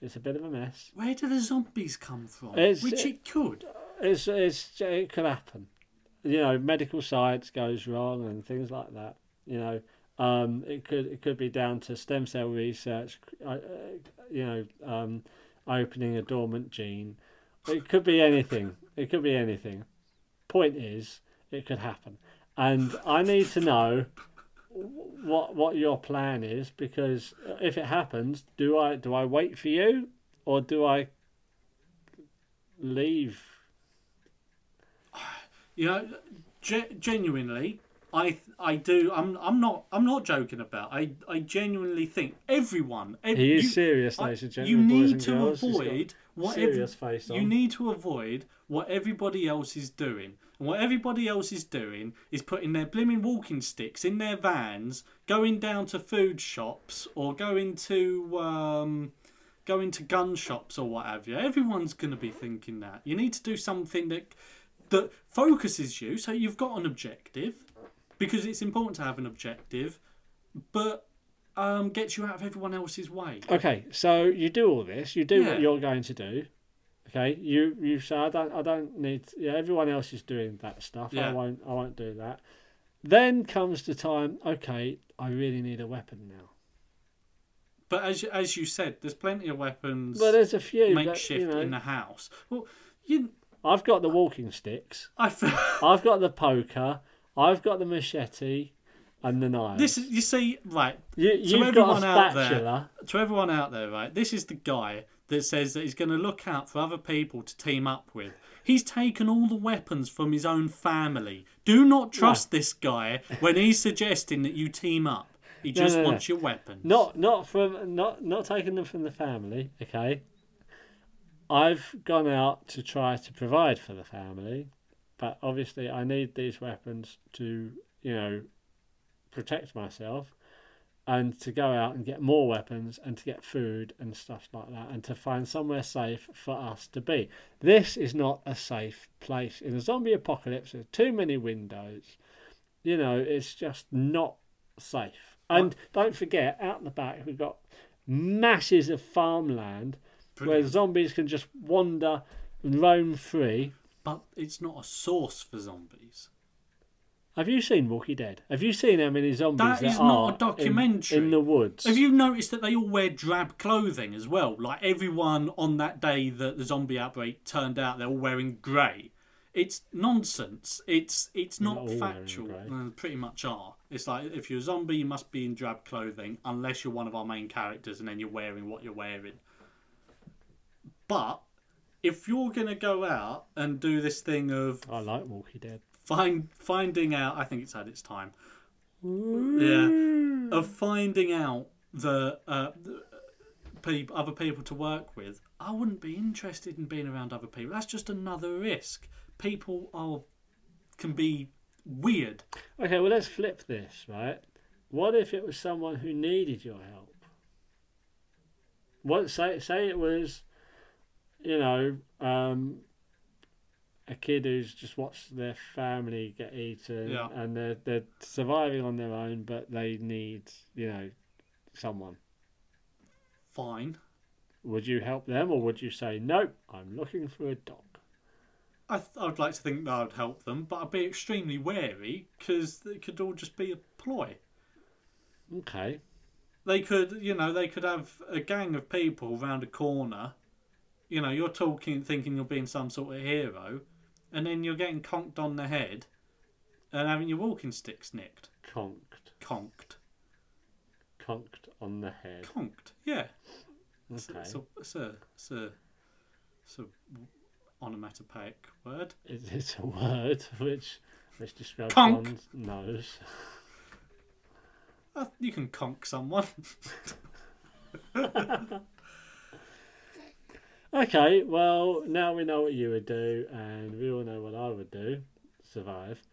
[SPEAKER 1] It's a bit of a mess.
[SPEAKER 2] Where do the zombies come from?
[SPEAKER 1] It's- uh,
[SPEAKER 2] Which it could.
[SPEAKER 1] It's it's it could happen. You know, medical science goes wrong and things like that. You know, um, it could it could be down to stem cell research. Uh, uh, you know, um, opening a dormant gene. It could be anything. It could be anything. Point is, it could happen, and I need to know wh- what what your plan is because if it happens, do I do I wait for you or do I leave?
[SPEAKER 2] You know, ge- genuinely, I I do. I'm I'm not I'm not joking about. I I genuinely think everyone. ev-
[SPEAKER 1] He is
[SPEAKER 2] you-
[SPEAKER 1] serious,
[SPEAKER 2] I-
[SPEAKER 1] ladies and
[SPEAKER 2] You
[SPEAKER 1] gentlemen. boys
[SPEAKER 2] need
[SPEAKER 1] and
[SPEAKER 2] to
[SPEAKER 1] girls. He's got
[SPEAKER 2] avoid what ev-
[SPEAKER 1] serious face
[SPEAKER 2] you
[SPEAKER 1] on.
[SPEAKER 2] need to avoid what everybody else is doing. And what everybody else is doing is putting their blimmin' walking sticks in their vans, going down to food shops or going to um, going to gun shops or what have you. Everyone's going to be thinking that. You need to do something that that focuses you, so you've got an objective, because it's important to have an objective, but um, gets you out of everyone else's way.
[SPEAKER 1] Okay, so you do all this. You do
[SPEAKER 2] Yeah.
[SPEAKER 1] what you're going to do. Okay, you you say I don't I don't need. Yeah, everyone else is doing that stuff. I
[SPEAKER 2] Yeah.
[SPEAKER 1] won't I won't do that. Then comes the time. Okay, I really need a weapon now.
[SPEAKER 2] But as you- as you said, there's plenty of weapons.
[SPEAKER 1] But there's a few. That,
[SPEAKER 2] makeshift
[SPEAKER 1] you know,
[SPEAKER 2] in the house. Well, you,
[SPEAKER 1] I've got the walking sticks.
[SPEAKER 2] I feel
[SPEAKER 1] I've got the poker. I've got the machete, and the knife.
[SPEAKER 2] this is you see right
[SPEAKER 1] you,
[SPEAKER 2] to
[SPEAKER 1] you've got a
[SPEAKER 2] everyone out there-
[SPEAKER 1] spatula.
[SPEAKER 2] to everyone out there, right? This is the guy that says that he's going to look out for other people to team up with. He's taken all the weapons from his own family. Do not trust this guy when he's suggesting that you team up. He
[SPEAKER 1] No,
[SPEAKER 2] just
[SPEAKER 1] no, no.
[SPEAKER 2] wants your weapons.
[SPEAKER 1] Not not from not not taking them from the family, okay. I've gone out to try to provide for the family, but obviously I need these weapons to, you know, protect myself and to go out and get more weapons and to get food and stuff like that and to find somewhere safe for us to be. This is not a safe place. In a zombie apocalypse there's too many windows. You know, it's just not safe. And don't forget, out the back we've got masses of farmland where
[SPEAKER 2] Brilliant.
[SPEAKER 1] zombies can just wander and roam free.
[SPEAKER 2] But it's not a source for zombies.
[SPEAKER 1] Have you seen Walkie Dead? Have you seen how many zombies
[SPEAKER 2] That
[SPEAKER 1] there
[SPEAKER 2] is not
[SPEAKER 1] are
[SPEAKER 2] a
[SPEAKER 1] in-
[SPEAKER 2] documentary.
[SPEAKER 1] in, the woods?
[SPEAKER 2] Have you noticed that they all wear drab clothing as well? Like everyone on that day that the zombie outbreak turned out, they're all wearing grey. It's nonsense. It's it's
[SPEAKER 1] not all
[SPEAKER 2] not
[SPEAKER 1] wearing
[SPEAKER 2] factual.
[SPEAKER 1] grey.
[SPEAKER 2] Uh, Pretty much are. It's like if you're a zombie, you must be in drab clothing unless you're one of our main characters, and then you're wearing what you're wearing. But if you're gonna go out and do this thing of
[SPEAKER 1] I like Walkie Dead.
[SPEAKER 2] find finding out. I think it's had its time. Yeah, of finding out the uh, people, other people to work with. I wouldn't be interested in being around other people. That's just another risk. People are can be weird.
[SPEAKER 1] Okay, well let's flip this, right? What if it was someone who needed your help? What say say it was, you know, um, a kid who's just watched their family get eaten
[SPEAKER 2] Yeah.
[SPEAKER 1] and they're, they're surviving on their own, but they need, you know, someone.
[SPEAKER 2] Fine.
[SPEAKER 1] Would you help them or would you say, nope, I'm looking for a dog?
[SPEAKER 2] I, th- I would like to think that I would help them, but I'd be extremely wary because it could all just be a ploy.
[SPEAKER 1] Okay.
[SPEAKER 2] They could, you know, they could have a gang of people round a corner. You know, you're talking, thinking you're being some sort of hero, and then you're getting conked on the head and having your walking sticks nicked.
[SPEAKER 1] Conked.
[SPEAKER 2] Conked.
[SPEAKER 1] Conked on the head.
[SPEAKER 2] Conked, yeah. It's,
[SPEAKER 1] Okay.
[SPEAKER 2] it's, a, it's, a, it's, a, it's a onomatopoeic word.
[SPEAKER 1] It's, it's a word which which describes
[SPEAKER 2] Conk.
[SPEAKER 1] one's nose.
[SPEAKER 2] Uh, you can conk someone.
[SPEAKER 1] Okay, well, now we know what you would do, and we all know what I would do survive.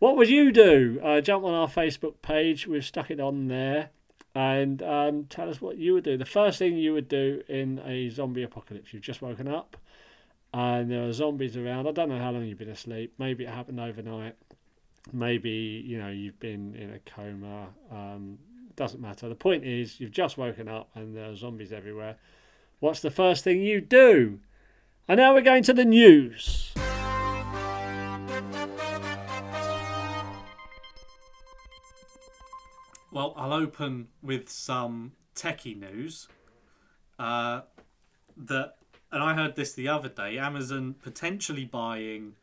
[SPEAKER 1] What would you do? Uh, jump on our Facebook page, we've stuck it on there, and um, tell us what you would do. The first thing you would do in a zombie apocalypse, you've just woken up, and there are zombies around. I don't know how long you've been asleep, maybe it happened overnight, maybe you know you've been in a coma. Um, doesn't matter. The point is, you've just woken up, and there are zombies everywhere. What's the first thing you do? And now we're going to the news.
[SPEAKER 2] Well, I'll open with some techie news. Uh, that, and I heard this the other day. Amazon potentially buying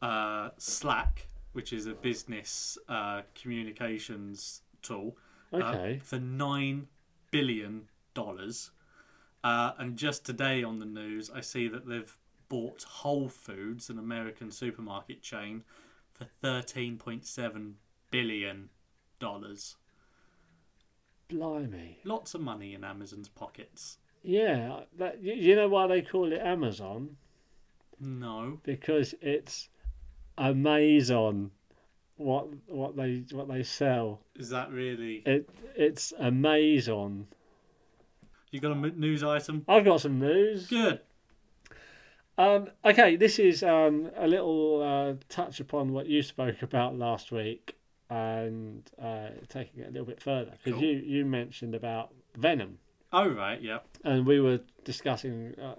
[SPEAKER 2] uh, Slack, which is a business uh, communications tool, uh,
[SPEAKER 1] Okay.
[SPEAKER 2] for nine billion dollars. Uh, and just today on the news, I see that they've bought Whole Foods, an American supermarket chain, for thirteen point seven billion dollars
[SPEAKER 1] Blimey.
[SPEAKER 2] lots of money in Amazon's pockets.
[SPEAKER 1] Yeah. That, you, you know why they call it Amazon?
[SPEAKER 2] No.
[SPEAKER 1] Because it's amazon. What what they what they sell?
[SPEAKER 2] Is that really?
[SPEAKER 1] It it's amazon.
[SPEAKER 2] You got a m- news item?
[SPEAKER 1] I've got some news.
[SPEAKER 2] Good.
[SPEAKER 1] Um, okay, this is um, a little uh, touch upon what you spoke about last week and uh, taking it a little bit further because
[SPEAKER 2] Cool.
[SPEAKER 1] you, you mentioned about Venom.
[SPEAKER 2] Oh, right, yeah.
[SPEAKER 1] and we were discussing uh,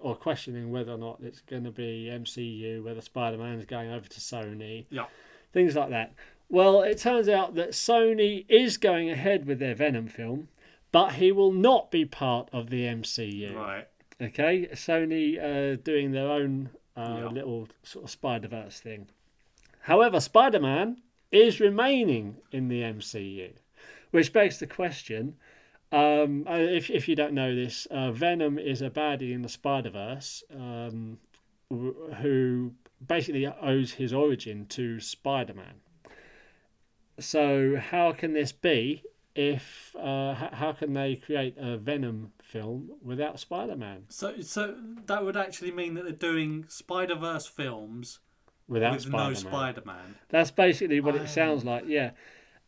[SPEAKER 1] or questioning whether or not it's going to be MCU, whether Spider Man's going over to Sony,
[SPEAKER 2] Yeah.
[SPEAKER 1] things like that. Well, it turns out that Sony is going ahead with their Venom film, but he will not be part of the MCU.
[SPEAKER 2] Right.
[SPEAKER 1] Okay, Sony uh, doing their own uh,
[SPEAKER 2] Yeah.
[SPEAKER 1] little sort of Spider Verse thing. However, Spider Man is remaining in the MCU, which begs the question. Um, uh, if if you don't know this, uh, Venom is a baddie in the Spider Verse, um, wh- who basically owes his origin to Spider Man. So how can this be? If uh, h- how can they create a Venom film without Spider Man?
[SPEAKER 2] So, so that would actually mean that they're doing Spider Verse films
[SPEAKER 1] without
[SPEAKER 2] with
[SPEAKER 1] Spider-Man.
[SPEAKER 2] no Spider Man.
[SPEAKER 1] That's basically what
[SPEAKER 2] Ah.
[SPEAKER 1] it sounds like. Yeah.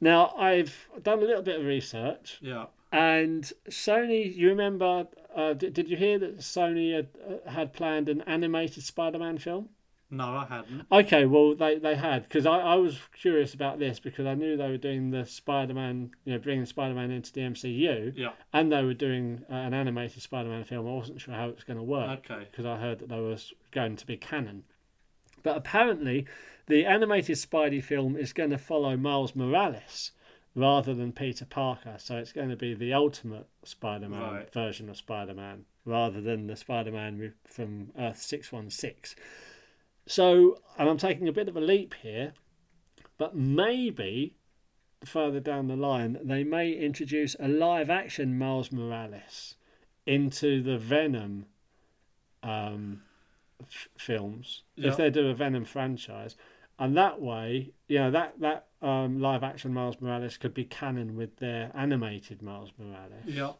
[SPEAKER 1] Now I've done a little bit of research,
[SPEAKER 2] Yeah.
[SPEAKER 1] and Sony. You remember? Uh, did, did you hear that Sony had, uh, had planned an animated Spider-Man film?
[SPEAKER 2] No, I hadn't.
[SPEAKER 1] Okay, well they, they had because I, I was curious about this because I knew they were doing the Spider-Man, you know, bringing Spider-Man into the MCU,
[SPEAKER 2] Yeah.
[SPEAKER 1] and they were doing uh, an animated Spider-Man film. I wasn't sure how it was going to work
[SPEAKER 2] Okay.
[SPEAKER 1] because I heard that there was going to be canon. But apparently, the animated Spidey film is going to follow Miles Morales rather than Peter Parker. So it's going to be the ultimate Spider Man
[SPEAKER 2] Right.
[SPEAKER 1] version of Spider Man rather than the Spider Man from Earth 616. So, and I'm taking a bit of a leap here, but maybe further down the line, they may introduce a live action Miles Morales into the Venom um, f- films
[SPEAKER 2] Yeah.
[SPEAKER 1] if they do a Venom franchise, and that way, you know that that um, live action Miles Morales could be canon with their animated Miles Morales,
[SPEAKER 2] Yeah.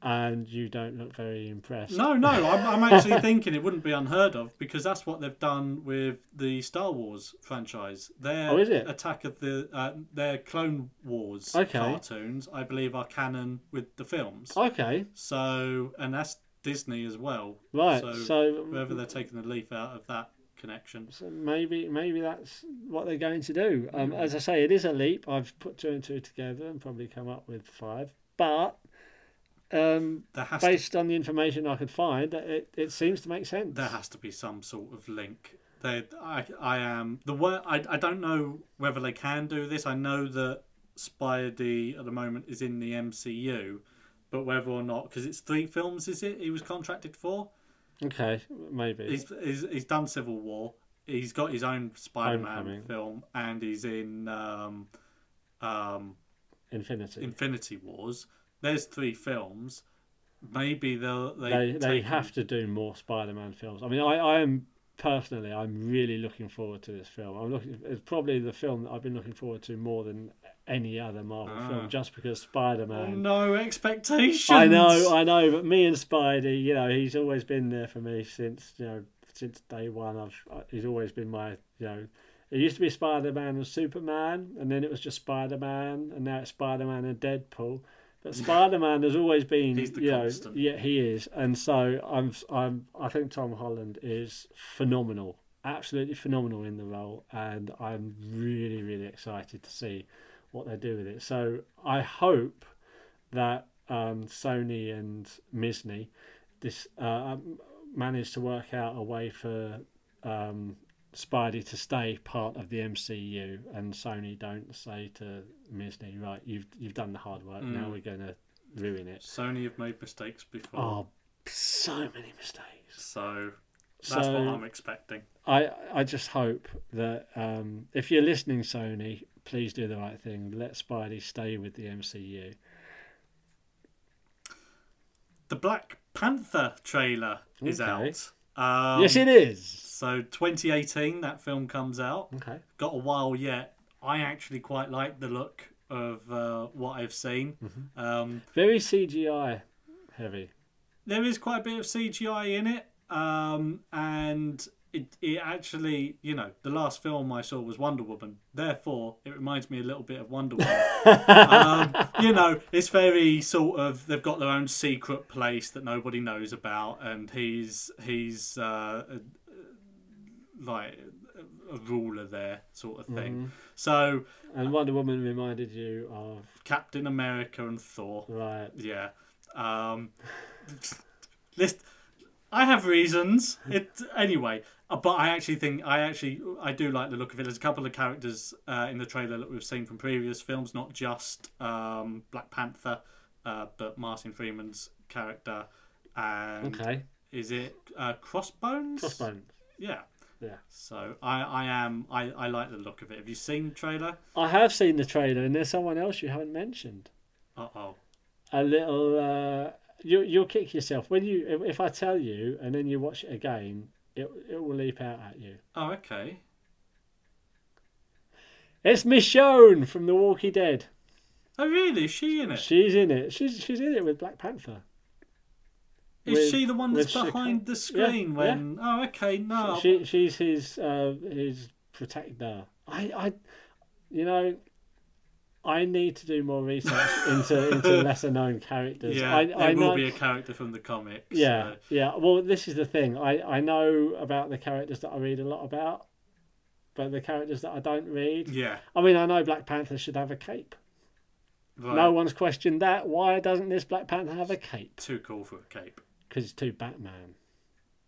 [SPEAKER 1] and you don't look very impressed.
[SPEAKER 2] No, no, I'm, I'm actually thinking it wouldn't be unheard of because that's what they've done with the Star Wars franchise. Their
[SPEAKER 1] Oh, is it?
[SPEAKER 2] Attack of the uh, their Clone Wars
[SPEAKER 1] Okay.
[SPEAKER 2] cartoons, I believe, are canon with the films.
[SPEAKER 1] Okay,
[SPEAKER 2] So, and that's Disney as well.
[SPEAKER 1] right.
[SPEAKER 2] So,
[SPEAKER 1] So,
[SPEAKER 2] whether they're taking the leaf out of that connection.
[SPEAKER 1] So maybe maybe that's what they're going to do.
[SPEAKER 2] Mm.
[SPEAKER 1] Um, as I say, it is a leap. I've put two and two together and probably come up with five. But um,
[SPEAKER 2] There has to
[SPEAKER 1] based on the information I could find, it, it seems to make sense.
[SPEAKER 2] there has to be some sort of link. They, I, I am the wor- I, I don't know whether they can do this. I know that Spire D at the moment is in the MCU, but whether or not because it's three films, is it? He was contracted for.
[SPEAKER 1] Okay, maybe.
[SPEAKER 2] He's, he's he's done Civil War. He's got his own Spider-Man
[SPEAKER 1] Homecoming.
[SPEAKER 2] film, and he's in um, um,
[SPEAKER 1] Infinity.
[SPEAKER 2] Infinity Wars. There's three films. Maybe they'll they
[SPEAKER 1] they they
[SPEAKER 2] take
[SPEAKER 1] have to do more Spider-Man films. I mean, I, I am personally, I'm really looking forward to this film. I'm looking. It's probably the film that I've been looking forward to more than any other Marvel
[SPEAKER 2] Ah.
[SPEAKER 1] film, just because
[SPEAKER 2] Oh,
[SPEAKER 1] Spider-Man.
[SPEAKER 2] no expectations.
[SPEAKER 1] I know, I know, but me and Spidey, you know, he's always been there for me since you know since day one. I've I- he's always been my you know. It used to be Spider Man and Superman, and then it was just Spider Man, and now it's Spider Man and Deadpool. But Spider Man has always been,
[SPEAKER 2] He's the
[SPEAKER 1] you know,
[SPEAKER 2] constant.
[SPEAKER 1] yeah, he is, and so I'm, I'm, I think Tom Holland is phenomenal, absolutely phenomenal in the role, and I'm really, really excited to see what they do with it. So I hope that um, Sony and Misney this uh, managed to work out a way for um, Spidey to stay part of the MCU, and Sony don't say to Misney, right, you've you've done the hard work, now
[SPEAKER 2] Mm.
[SPEAKER 1] we're gonna ruin it.
[SPEAKER 2] Sony have made mistakes before,
[SPEAKER 1] Oh, so many mistakes.
[SPEAKER 2] so that's
[SPEAKER 1] so
[SPEAKER 2] what I'm expecting.
[SPEAKER 1] I I just hope that um, if you're listening, Sony, please do the right thing. Let Spidey stay with the MCU.
[SPEAKER 2] The Black Panther trailer is
[SPEAKER 1] Okay.
[SPEAKER 2] out. Um,
[SPEAKER 1] yes, it is.
[SPEAKER 2] So 2018, that film comes out.
[SPEAKER 1] Okay.
[SPEAKER 2] Got a while yet. I actually quite like the look of uh, what I've seen.
[SPEAKER 1] Mm-hmm.
[SPEAKER 2] Um,
[SPEAKER 1] Very CGI heavy.
[SPEAKER 2] there is quite a bit of CGI in it, um, and it, it actually, you know, the last film I saw was Wonder Woman. Therefore, it reminds me a little bit of Wonder Woman. um, you know, it's very sort of they've got their own secret place that nobody knows about, and he's he's uh, a- like a ruler there, sort of thing. So
[SPEAKER 1] And Wonder Woman reminded you of
[SPEAKER 2] Captain America and Thor.
[SPEAKER 1] right.
[SPEAKER 2] Yeah. Um, list. I have reasons. It anyway, uh, but I actually think I actually I do like the look of it. There's a couple of characters uh, in the trailer that we've seen from previous films, not just um, Black Panther, uh, but Martin Freeman's character. And
[SPEAKER 1] Okay.
[SPEAKER 2] is it uh, Crossbones?
[SPEAKER 1] Crossbones.
[SPEAKER 2] Yeah.
[SPEAKER 1] Yeah.
[SPEAKER 2] So I, I am I, I like the look of it. Have you seen the trailer?
[SPEAKER 1] I have seen the trailer, and there's someone else you haven't mentioned.
[SPEAKER 2] Uh oh.
[SPEAKER 1] a little uh, you you'll kick yourself when you if- if I tell you and then you watch it again it it will leap out at you.
[SPEAKER 2] Oh okay.
[SPEAKER 1] It's Michonne from The Walking Dead.
[SPEAKER 2] Oh really? Is she in it?
[SPEAKER 1] She's in it. She's she's in it with Black Panther.
[SPEAKER 2] Is
[SPEAKER 1] with-
[SPEAKER 2] she the one
[SPEAKER 1] with
[SPEAKER 2] that's
[SPEAKER 1] Shaka-
[SPEAKER 2] behind the screen
[SPEAKER 1] yeah.
[SPEAKER 2] when? Oh, okay, no.
[SPEAKER 1] She she's his uh, his protector. I I you know. I need to do more research into, into lesser known characters.
[SPEAKER 2] yeah,
[SPEAKER 1] I,
[SPEAKER 2] there
[SPEAKER 1] I
[SPEAKER 2] will
[SPEAKER 1] know,
[SPEAKER 2] be a character from the comics.
[SPEAKER 1] Yeah,
[SPEAKER 2] so-
[SPEAKER 1] yeah. Well, this is the thing. I, I know about the characters that I read a lot about, but the characters that I don't read.
[SPEAKER 2] yeah.
[SPEAKER 1] I mean, I know Black Panther should have a cape.
[SPEAKER 2] Right.
[SPEAKER 1] No one's questioned that. Why doesn't this Black Panther have a cape?
[SPEAKER 2] Too cool for a cape.
[SPEAKER 1] Because it's too Batman.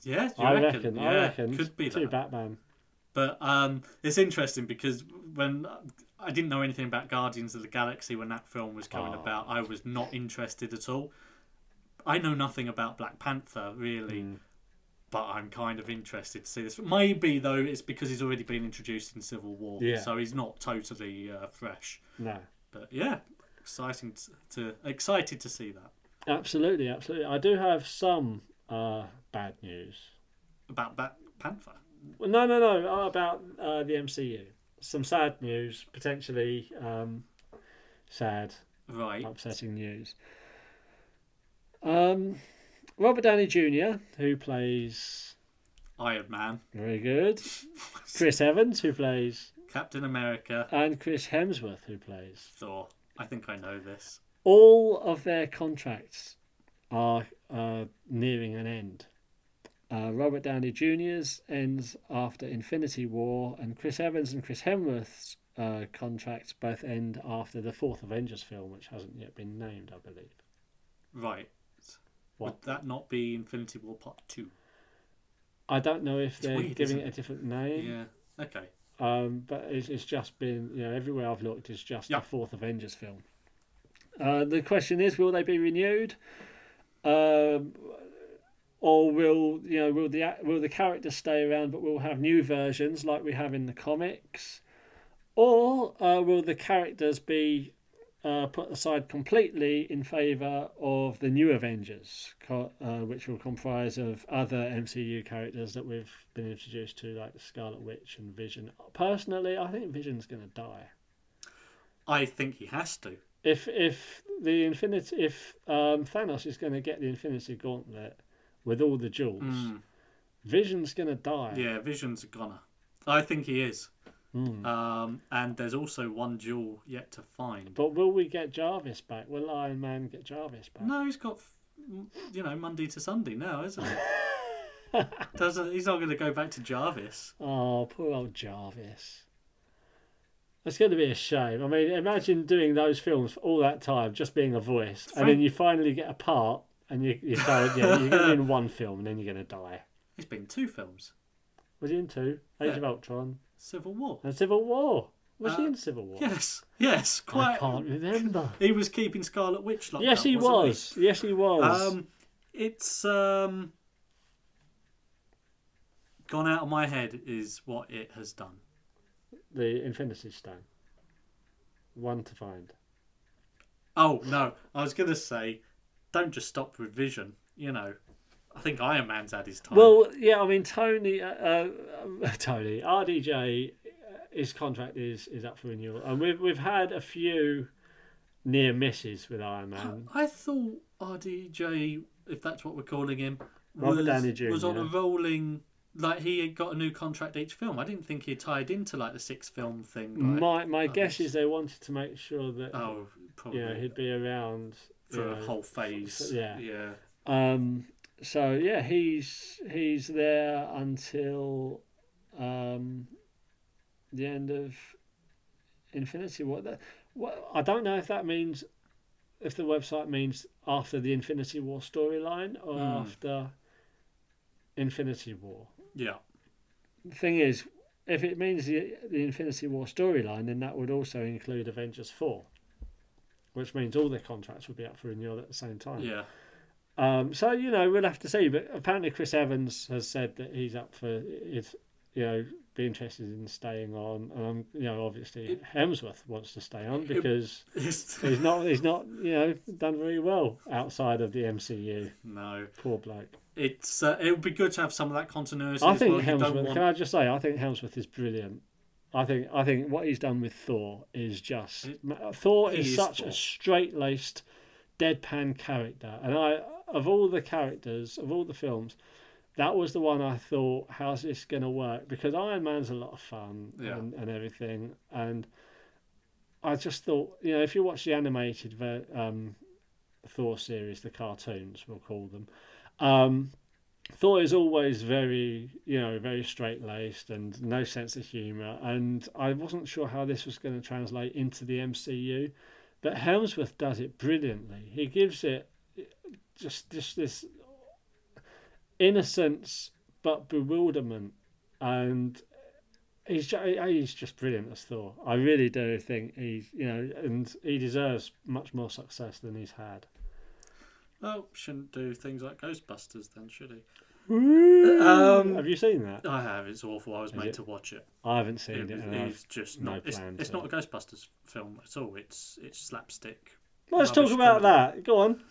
[SPEAKER 2] Yeah, you
[SPEAKER 1] I
[SPEAKER 2] reckon?
[SPEAKER 1] reckon.
[SPEAKER 2] yeah,
[SPEAKER 1] I reckon.
[SPEAKER 2] could be
[SPEAKER 1] too
[SPEAKER 2] that.
[SPEAKER 1] Batman.
[SPEAKER 2] But um, it's interesting because when I didn't know anything about Guardians of the Galaxy when that film was coming
[SPEAKER 1] Oh.
[SPEAKER 2] about, I was not interested at all. I know nothing about Black Panther really, but I'm kind of interested to see this. Maybe though, it's because he's already been introduced in Civil War,
[SPEAKER 1] Yeah.
[SPEAKER 2] so he's not totally uh, fresh.
[SPEAKER 1] No.
[SPEAKER 2] But yeah, exciting t- to excited to see that
[SPEAKER 1] Absolutely, absolutely. I do have some uh, bad news.
[SPEAKER 2] about Black Panther.
[SPEAKER 1] Well, no, no, no. About uh, the MCU. Some sad news, potentially um, sad.
[SPEAKER 2] Right,
[SPEAKER 1] upsetting news. Um, Robert Downey Jr., who plays
[SPEAKER 2] Iron Man,
[SPEAKER 1] very good, Chris Evans, who plays,
[SPEAKER 2] Captain America,
[SPEAKER 1] and Chris Hemsworth, who plays.
[SPEAKER 2] Thor. I think I know this.
[SPEAKER 1] All of their contracts are uh, nearing an end. Uh, Robert Downey Jr.'s ends after Infinity War, and Chris Evans and Chris Hemsworth's uh, contracts both end after the fourth Avengers film, which hasn't yet been named, I believe.
[SPEAKER 2] Right.
[SPEAKER 1] What?
[SPEAKER 2] Would that not be Infinity War Part 2?
[SPEAKER 1] I don't know if they're
[SPEAKER 2] weird,
[SPEAKER 1] giving
[SPEAKER 2] isn't
[SPEAKER 1] it a different name,
[SPEAKER 2] Yeah. Okay.
[SPEAKER 1] um, but it's, it's just been, you know, everywhere I've looked, it's just
[SPEAKER 2] Yeah.
[SPEAKER 1] the fourth Avengers film. Uh, the question is, will they be renewed? Um, or will you know will the ac- will the characters stay around, but we'll have new versions like we have in the comics, or uh, will the characters be uh, put aside completely in favour of the new Avengers, co- uh, which will comprise of other MCU characters that we've been introduced to, like Scarlet Witch and Vision. Personally, I think Vision's going to die.
[SPEAKER 2] I think he has to.
[SPEAKER 1] If if the Infinity, if um, Thanos is going to get the Infinity Gauntlet with all the jewels, Vision's going to die.
[SPEAKER 2] Hmm. Yeah, Vision's a goner. I think he is.
[SPEAKER 1] Hmm.
[SPEAKER 2] Um, and there's also one jewel yet to find.
[SPEAKER 1] But will we get Jarvis back? Will Iron Man get Jarvis back?
[SPEAKER 2] No, he's got, f- m- you know, Monday to Sunday now, isn't he? Doesn't he's not going to go back to Jarvis?
[SPEAKER 1] Oh, poor old Jarvis. It's going to be a shame. I mean, imagine doing those films for all that time, just being a voice, and then you finally get a part, and you, you're told, yeah, you're going to be in one film, and then you're going to die.
[SPEAKER 2] He's been in two films:
[SPEAKER 1] Was he in two? Age
[SPEAKER 2] Yeah.
[SPEAKER 1] of Ultron
[SPEAKER 2] Civil War.
[SPEAKER 1] and Civil War. Was he
[SPEAKER 2] Uh,
[SPEAKER 1] in Civil War?
[SPEAKER 2] Yes, yes,
[SPEAKER 1] I
[SPEAKER 2] quite.
[SPEAKER 1] can't remember.
[SPEAKER 2] He was keeping Scarlet Witch locked
[SPEAKER 1] yes,
[SPEAKER 2] up,
[SPEAKER 1] he
[SPEAKER 2] wasn't
[SPEAKER 1] was. Yes, he was.
[SPEAKER 2] Um, it's um, gone out of my head. Is what it has done.
[SPEAKER 1] the Infinity Stone. One to find.
[SPEAKER 2] Oh no, I was going to say, don't just stop with Vision. You know, I think Iron Man's had his time.
[SPEAKER 1] Well, yeah, I mean Tony, uh, uh, Tony RDJ, uh, his contract is is up for renewal, and we've we've had a few near misses with Iron Man.
[SPEAKER 2] I thought RDJ, if that's what we're calling him,
[SPEAKER 1] Robert
[SPEAKER 2] was,
[SPEAKER 1] Downey Jr..
[SPEAKER 2] was on a rolling. Like he had got a new contract each film. I didn't think he tied into like the six film thing. Like,
[SPEAKER 1] My my
[SPEAKER 2] Oh,
[SPEAKER 1] guess
[SPEAKER 2] yes.
[SPEAKER 1] is they wanted to make sure that
[SPEAKER 2] oh,
[SPEAKER 1] you
[SPEAKER 2] probably
[SPEAKER 1] know he'd be around
[SPEAKER 2] for
[SPEAKER 1] you
[SPEAKER 2] a
[SPEAKER 1] know.
[SPEAKER 2] whole phase.
[SPEAKER 1] yeah.
[SPEAKER 2] yeah.
[SPEAKER 1] Um, so yeah, he's he's there until um, the end of Infinity War. That, what I don't know if that means if the website means after the Infinity War storyline or
[SPEAKER 2] Hmm.
[SPEAKER 1] after Infinity War.
[SPEAKER 2] Yeah.
[SPEAKER 1] The thing is, if it means the the Infinity War storyline, then that would also include Avengers Four, which means all their contracts would be up for renewal at the same time.
[SPEAKER 2] Yeah.
[SPEAKER 1] Um, so you know we'll have to see. But apparently Chris Evans has said that he's up for it. You know, be interested in staying on. And um, you know, obviously Hemsworth wants to stay on because he's not he's not you know done very well outside of the MCU.
[SPEAKER 2] no.
[SPEAKER 1] Poor bloke.
[SPEAKER 2] It's uh, it would be good to have some of that continuity.
[SPEAKER 1] I
[SPEAKER 2] as
[SPEAKER 1] think
[SPEAKER 2] well. You don't
[SPEAKER 1] Hemsworth.
[SPEAKER 2] want-
[SPEAKER 1] Can I just say I think Hemsworth is brilliant. I think I think what he's done with Thor is just
[SPEAKER 2] It-
[SPEAKER 1] ma- Thor
[SPEAKER 2] he
[SPEAKER 1] is,
[SPEAKER 2] is
[SPEAKER 1] such
[SPEAKER 2] Thor.
[SPEAKER 1] a straight laced, deadpan character, and I of all the characters of all the films, that was the one I thought, how's this going to work? Because Iron Man's a lot of fun
[SPEAKER 2] Yeah.
[SPEAKER 1] and, and everything, and I just thought, you know, if you watch the animated ver- um, Thor series, the cartoons we'll call them. Um, Thor is always very, you know, very straight laced and no sense of humour. And I wasn't sure how this was going to translate into the MCU, but Helmsworth does it brilliantly. He gives it just just this innocence but bewilderment, and he's just, he's just brilliant as Thor. I really do think he's, you know, and he deserves much more success than he's had.
[SPEAKER 2] Oh, shouldn't do things like Ghostbusters then, should he? Uh,
[SPEAKER 1] Um, Have you seen that?
[SPEAKER 2] I have. It's awful. I was made
[SPEAKER 1] it?
[SPEAKER 2] to watch it.
[SPEAKER 1] I haven't seen
[SPEAKER 2] It
[SPEAKER 1] it.
[SPEAKER 2] was,
[SPEAKER 1] and I've-
[SPEAKER 2] it's just
[SPEAKER 1] no
[SPEAKER 2] not. it's
[SPEAKER 1] plan
[SPEAKER 2] it's
[SPEAKER 1] to.
[SPEAKER 2] not a Ghostbusters film at all. It's it's slapstick.
[SPEAKER 1] Let's talk
[SPEAKER 2] rubbish
[SPEAKER 1] about
[SPEAKER 2] comedy.
[SPEAKER 1] that. Go on.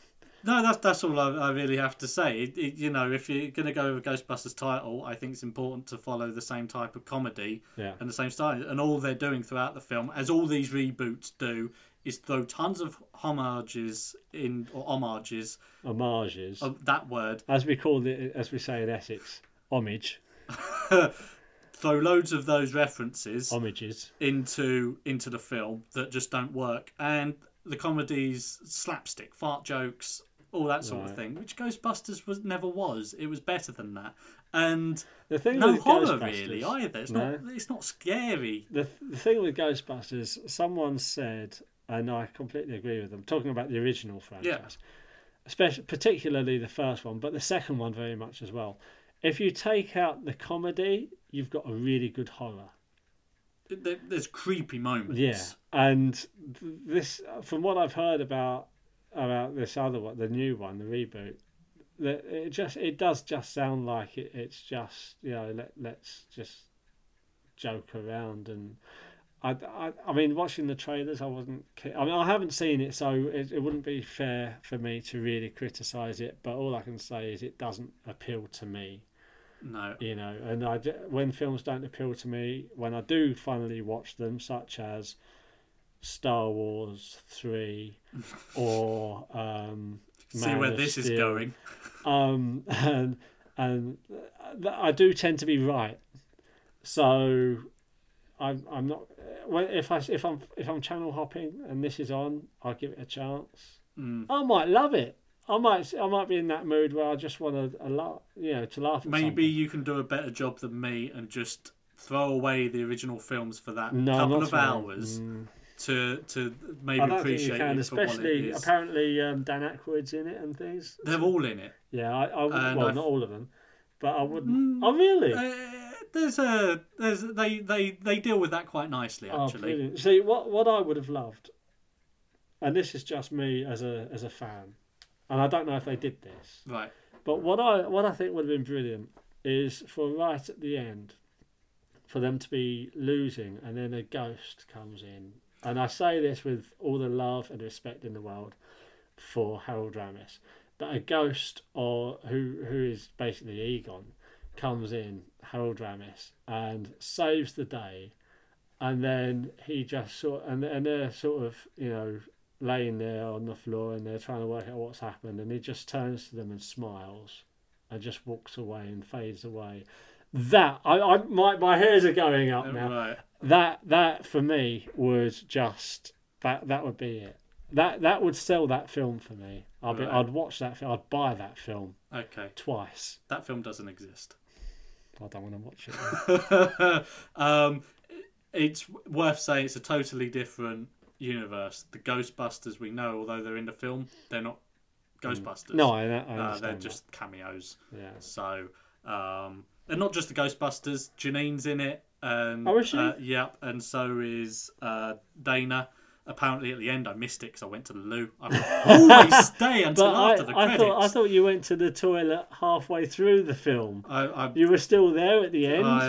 [SPEAKER 2] No, that's that's all I, I really have to say. It, it, you know, if you're going to go with a Ghostbusters title, I think it's important to follow the same type of comedy
[SPEAKER 1] Yeah.
[SPEAKER 2] and the same style. And all they're doing throughout the film, as all these reboots do, is throw tons of homages in or homages.
[SPEAKER 1] Homages,
[SPEAKER 2] Uh, that word
[SPEAKER 1] as we call it, as we say in Essex, homage,
[SPEAKER 2] throw loads of those references
[SPEAKER 1] homages.
[SPEAKER 2] into into the film that just don't work and the comedy's slapstick fart jokes all that sort
[SPEAKER 1] Right.
[SPEAKER 2] of thing, which Ghostbusters was never was. It was better than that, and
[SPEAKER 1] The thing
[SPEAKER 2] no
[SPEAKER 1] with
[SPEAKER 2] horror
[SPEAKER 1] Ghostbusters-
[SPEAKER 2] really either. It's
[SPEAKER 1] No.
[SPEAKER 2] not. It's not scary.
[SPEAKER 1] the, the thing with Ghostbusters, someone said, and I completely agree with them, talking about the original franchise, especially particularly the first one, but the second one very much as well. If you take out the comedy, you've got a really good horror.
[SPEAKER 2] There, there's creepy moments.
[SPEAKER 1] Yeah, and th- this, from what I've heard about about this other one, the new one, the reboot, that it just it does just sound like it, it's just you know let let's just joke around and. I, I, I mean, watching the trailers, I wasn't. ki- I mean, I haven't seen it, so it, it wouldn't be fair for me to really criticize it. But all I can say is it doesn't appeal to me
[SPEAKER 2] No.
[SPEAKER 1] you know and i d- when films don't appeal to me when i do finally watch them such as star wars 3 or um
[SPEAKER 2] See
[SPEAKER 1] Man
[SPEAKER 2] where
[SPEAKER 1] of
[SPEAKER 2] this is
[SPEAKER 1] Steel,
[SPEAKER 2] going.
[SPEAKER 1] um and and th- i do tend to be right so i'm i'm not well, if i if i'm if i'm channel hopping and this is on i'll give it a chance
[SPEAKER 2] Mm.
[SPEAKER 1] i might love it I might I might be in that mood where I just want to a lot you know to laugh. At
[SPEAKER 2] Maybe
[SPEAKER 1] something.
[SPEAKER 2] you can do a better job than me and just throw away the original films for that
[SPEAKER 1] no,
[SPEAKER 2] couple
[SPEAKER 1] not
[SPEAKER 2] of
[SPEAKER 1] really.
[SPEAKER 2] hours
[SPEAKER 1] Mm.
[SPEAKER 2] to to maybe
[SPEAKER 1] I don't think you
[SPEAKER 2] appreciate
[SPEAKER 1] can,
[SPEAKER 2] it for what it
[SPEAKER 1] especially
[SPEAKER 2] is.
[SPEAKER 1] apparently um, Dan Aykroyd's in it and things.
[SPEAKER 2] They're all in it.
[SPEAKER 1] Yeah, I, I would,
[SPEAKER 2] And
[SPEAKER 1] well,
[SPEAKER 2] I've-
[SPEAKER 1] not all of them, but I wouldn't.
[SPEAKER 2] Uh, Mm.
[SPEAKER 1] oh, really?
[SPEAKER 2] Uh, there's a there's they they they deal with that quite nicely
[SPEAKER 1] Oh,
[SPEAKER 2] actually.
[SPEAKER 1] brilliant. See, what what I would have loved, and this is just me as a as a fan, and I don't know if they did this,
[SPEAKER 2] right.
[SPEAKER 1] but what I what I think would have been brilliant is for right at the end, for them to be losing, and then a ghost comes in, and I say this with all the love and respect in the world for Harold Ramis, but a ghost or who who is basically Egon comes in, Harold Ramis, and saves the day, and then he just sort and and they're sort of you know laying there on the floor and they're trying to work out what's happened, and he just turns to them and smiles, and just walks away and fades away. That I, I my my hairs are going up now
[SPEAKER 2] Right.
[SPEAKER 1] that that for me was just that that would be it. That that would sell that film for me. I'd be,
[SPEAKER 2] Right.
[SPEAKER 1] I'd watch that film. I'd buy that film
[SPEAKER 2] Okay.
[SPEAKER 1] twice.
[SPEAKER 2] That film doesn't exist.
[SPEAKER 1] I don't want to watch it.
[SPEAKER 2] um, it's worth saying it's a totally different universe. The Ghostbusters we know, although they're in the film, they're not Ghostbusters.
[SPEAKER 1] Hmm. no, I, I
[SPEAKER 2] uh, they're
[SPEAKER 1] understand.
[SPEAKER 2] just cameos.
[SPEAKER 1] that. Yeah.
[SPEAKER 2] So, um, and not just the Ghostbusters. Janine's in it. And,
[SPEAKER 1] Oh, is she?
[SPEAKER 2] Uh, yep, and so is uh, Dana. Apparently, at the end, I missed it because I went to the loo. I will always stay until
[SPEAKER 1] But
[SPEAKER 2] after the
[SPEAKER 1] I, I
[SPEAKER 2] credits.
[SPEAKER 1] thought I thought you went to the toilet halfway through the film.
[SPEAKER 2] I, I,
[SPEAKER 1] You were still there at the end.
[SPEAKER 2] I,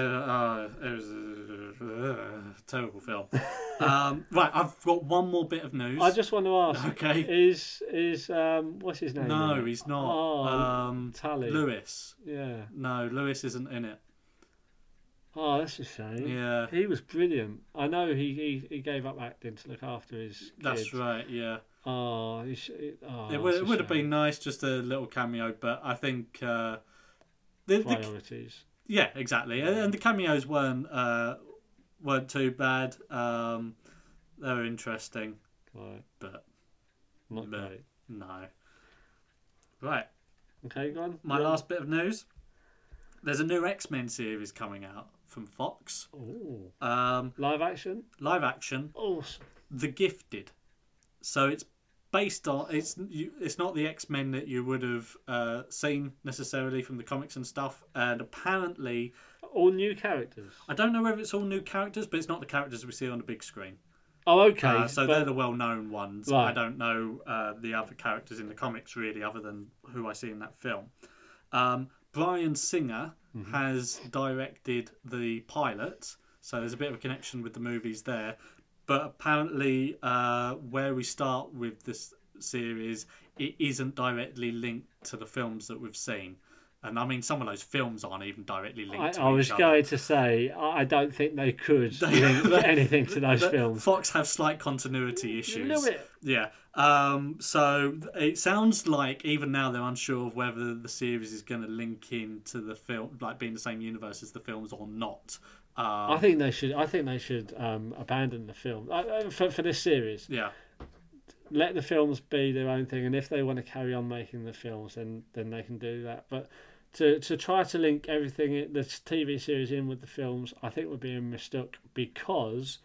[SPEAKER 2] uh, it was a uh, terrible film. um, right, I've got one more bit of news.
[SPEAKER 1] I just want to ask.
[SPEAKER 2] Okay.
[SPEAKER 1] Is is um what's his name?
[SPEAKER 2] No,
[SPEAKER 1] in it?
[SPEAKER 2] he's not.
[SPEAKER 1] Oh,
[SPEAKER 2] um,
[SPEAKER 1] Tully.
[SPEAKER 2] Lewis.
[SPEAKER 1] Yeah.
[SPEAKER 2] No, Lewis isn't in it.
[SPEAKER 1] Oh, that's a shame.
[SPEAKER 2] Yeah,
[SPEAKER 1] He was brilliant. I know he, he, he gave up acting to look after his
[SPEAKER 2] that's
[SPEAKER 1] kids.
[SPEAKER 2] right. Yeah,
[SPEAKER 1] Oh, you sh- it, oh
[SPEAKER 2] it would
[SPEAKER 1] it's a
[SPEAKER 2] it would have
[SPEAKER 1] shame.
[SPEAKER 2] been nice just a little cameo, but I think uh, the, the
[SPEAKER 1] priorities.
[SPEAKER 2] yeah exactly, and, and the cameos weren't uh, weren't too bad. Um, they were interesting,
[SPEAKER 1] Right,
[SPEAKER 2] but
[SPEAKER 1] not
[SPEAKER 2] No.
[SPEAKER 1] great.
[SPEAKER 2] no. Right.
[SPEAKER 1] Okay, go on.
[SPEAKER 2] My
[SPEAKER 1] Yeah.
[SPEAKER 2] last bit of news. There's a new X Men series coming out from Fox.
[SPEAKER 1] Ooh.
[SPEAKER 2] Um,
[SPEAKER 1] live action.
[SPEAKER 2] live action,
[SPEAKER 1] Awesome.
[SPEAKER 2] The Gifted. So it's based on it's you, it's not the X Men that you would have uh, seen necessarily from the comics and stuff. And apparently,
[SPEAKER 1] All new characters.
[SPEAKER 2] I don't know whether it's all new characters, but it's not the characters we see on the big screen.
[SPEAKER 1] Oh, okay.
[SPEAKER 2] Uh, so
[SPEAKER 1] but-
[SPEAKER 2] they're the well-known ones. I
[SPEAKER 1] Right.
[SPEAKER 2] don't know uh, the other characters in the comics really, other than who I see in that film. Um, Brian Singer
[SPEAKER 1] Mm-hmm.
[SPEAKER 2] has directed the pilot, so there's a bit of a connection with the movies there. But apparently, uh, where we start with this series, it isn't directly linked to the films that we've seen. And I mean, some of those films aren't even directly linked.
[SPEAKER 1] I,
[SPEAKER 2] to
[SPEAKER 1] I
[SPEAKER 2] each
[SPEAKER 1] was
[SPEAKER 2] other.
[SPEAKER 1] going to say I I don't think they could link
[SPEAKER 2] they-
[SPEAKER 1] anything to those
[SPEAKER 2] But
[SPEAKER 1] films.
[SPEAKER 2] Fox have slight continuity issues.
[SPEAKER 1] little bit.
[SPEAKER 2] Yeah. Um, so it sounds like even now they're unsure of whether the series is going to link in to the film, like being the same universe as the films or not. Um,
[SPEAKER 1] I think they should. I think they should um, abandon the film I, I- for for this series.
[SPEAKER 2] yeah.
[SPEAKER 1] let the films be their own thing, and if they want to carry on making the films, then then they can do that. But to to try to link everything in- the TV series in with the films, I think would be a mistook because,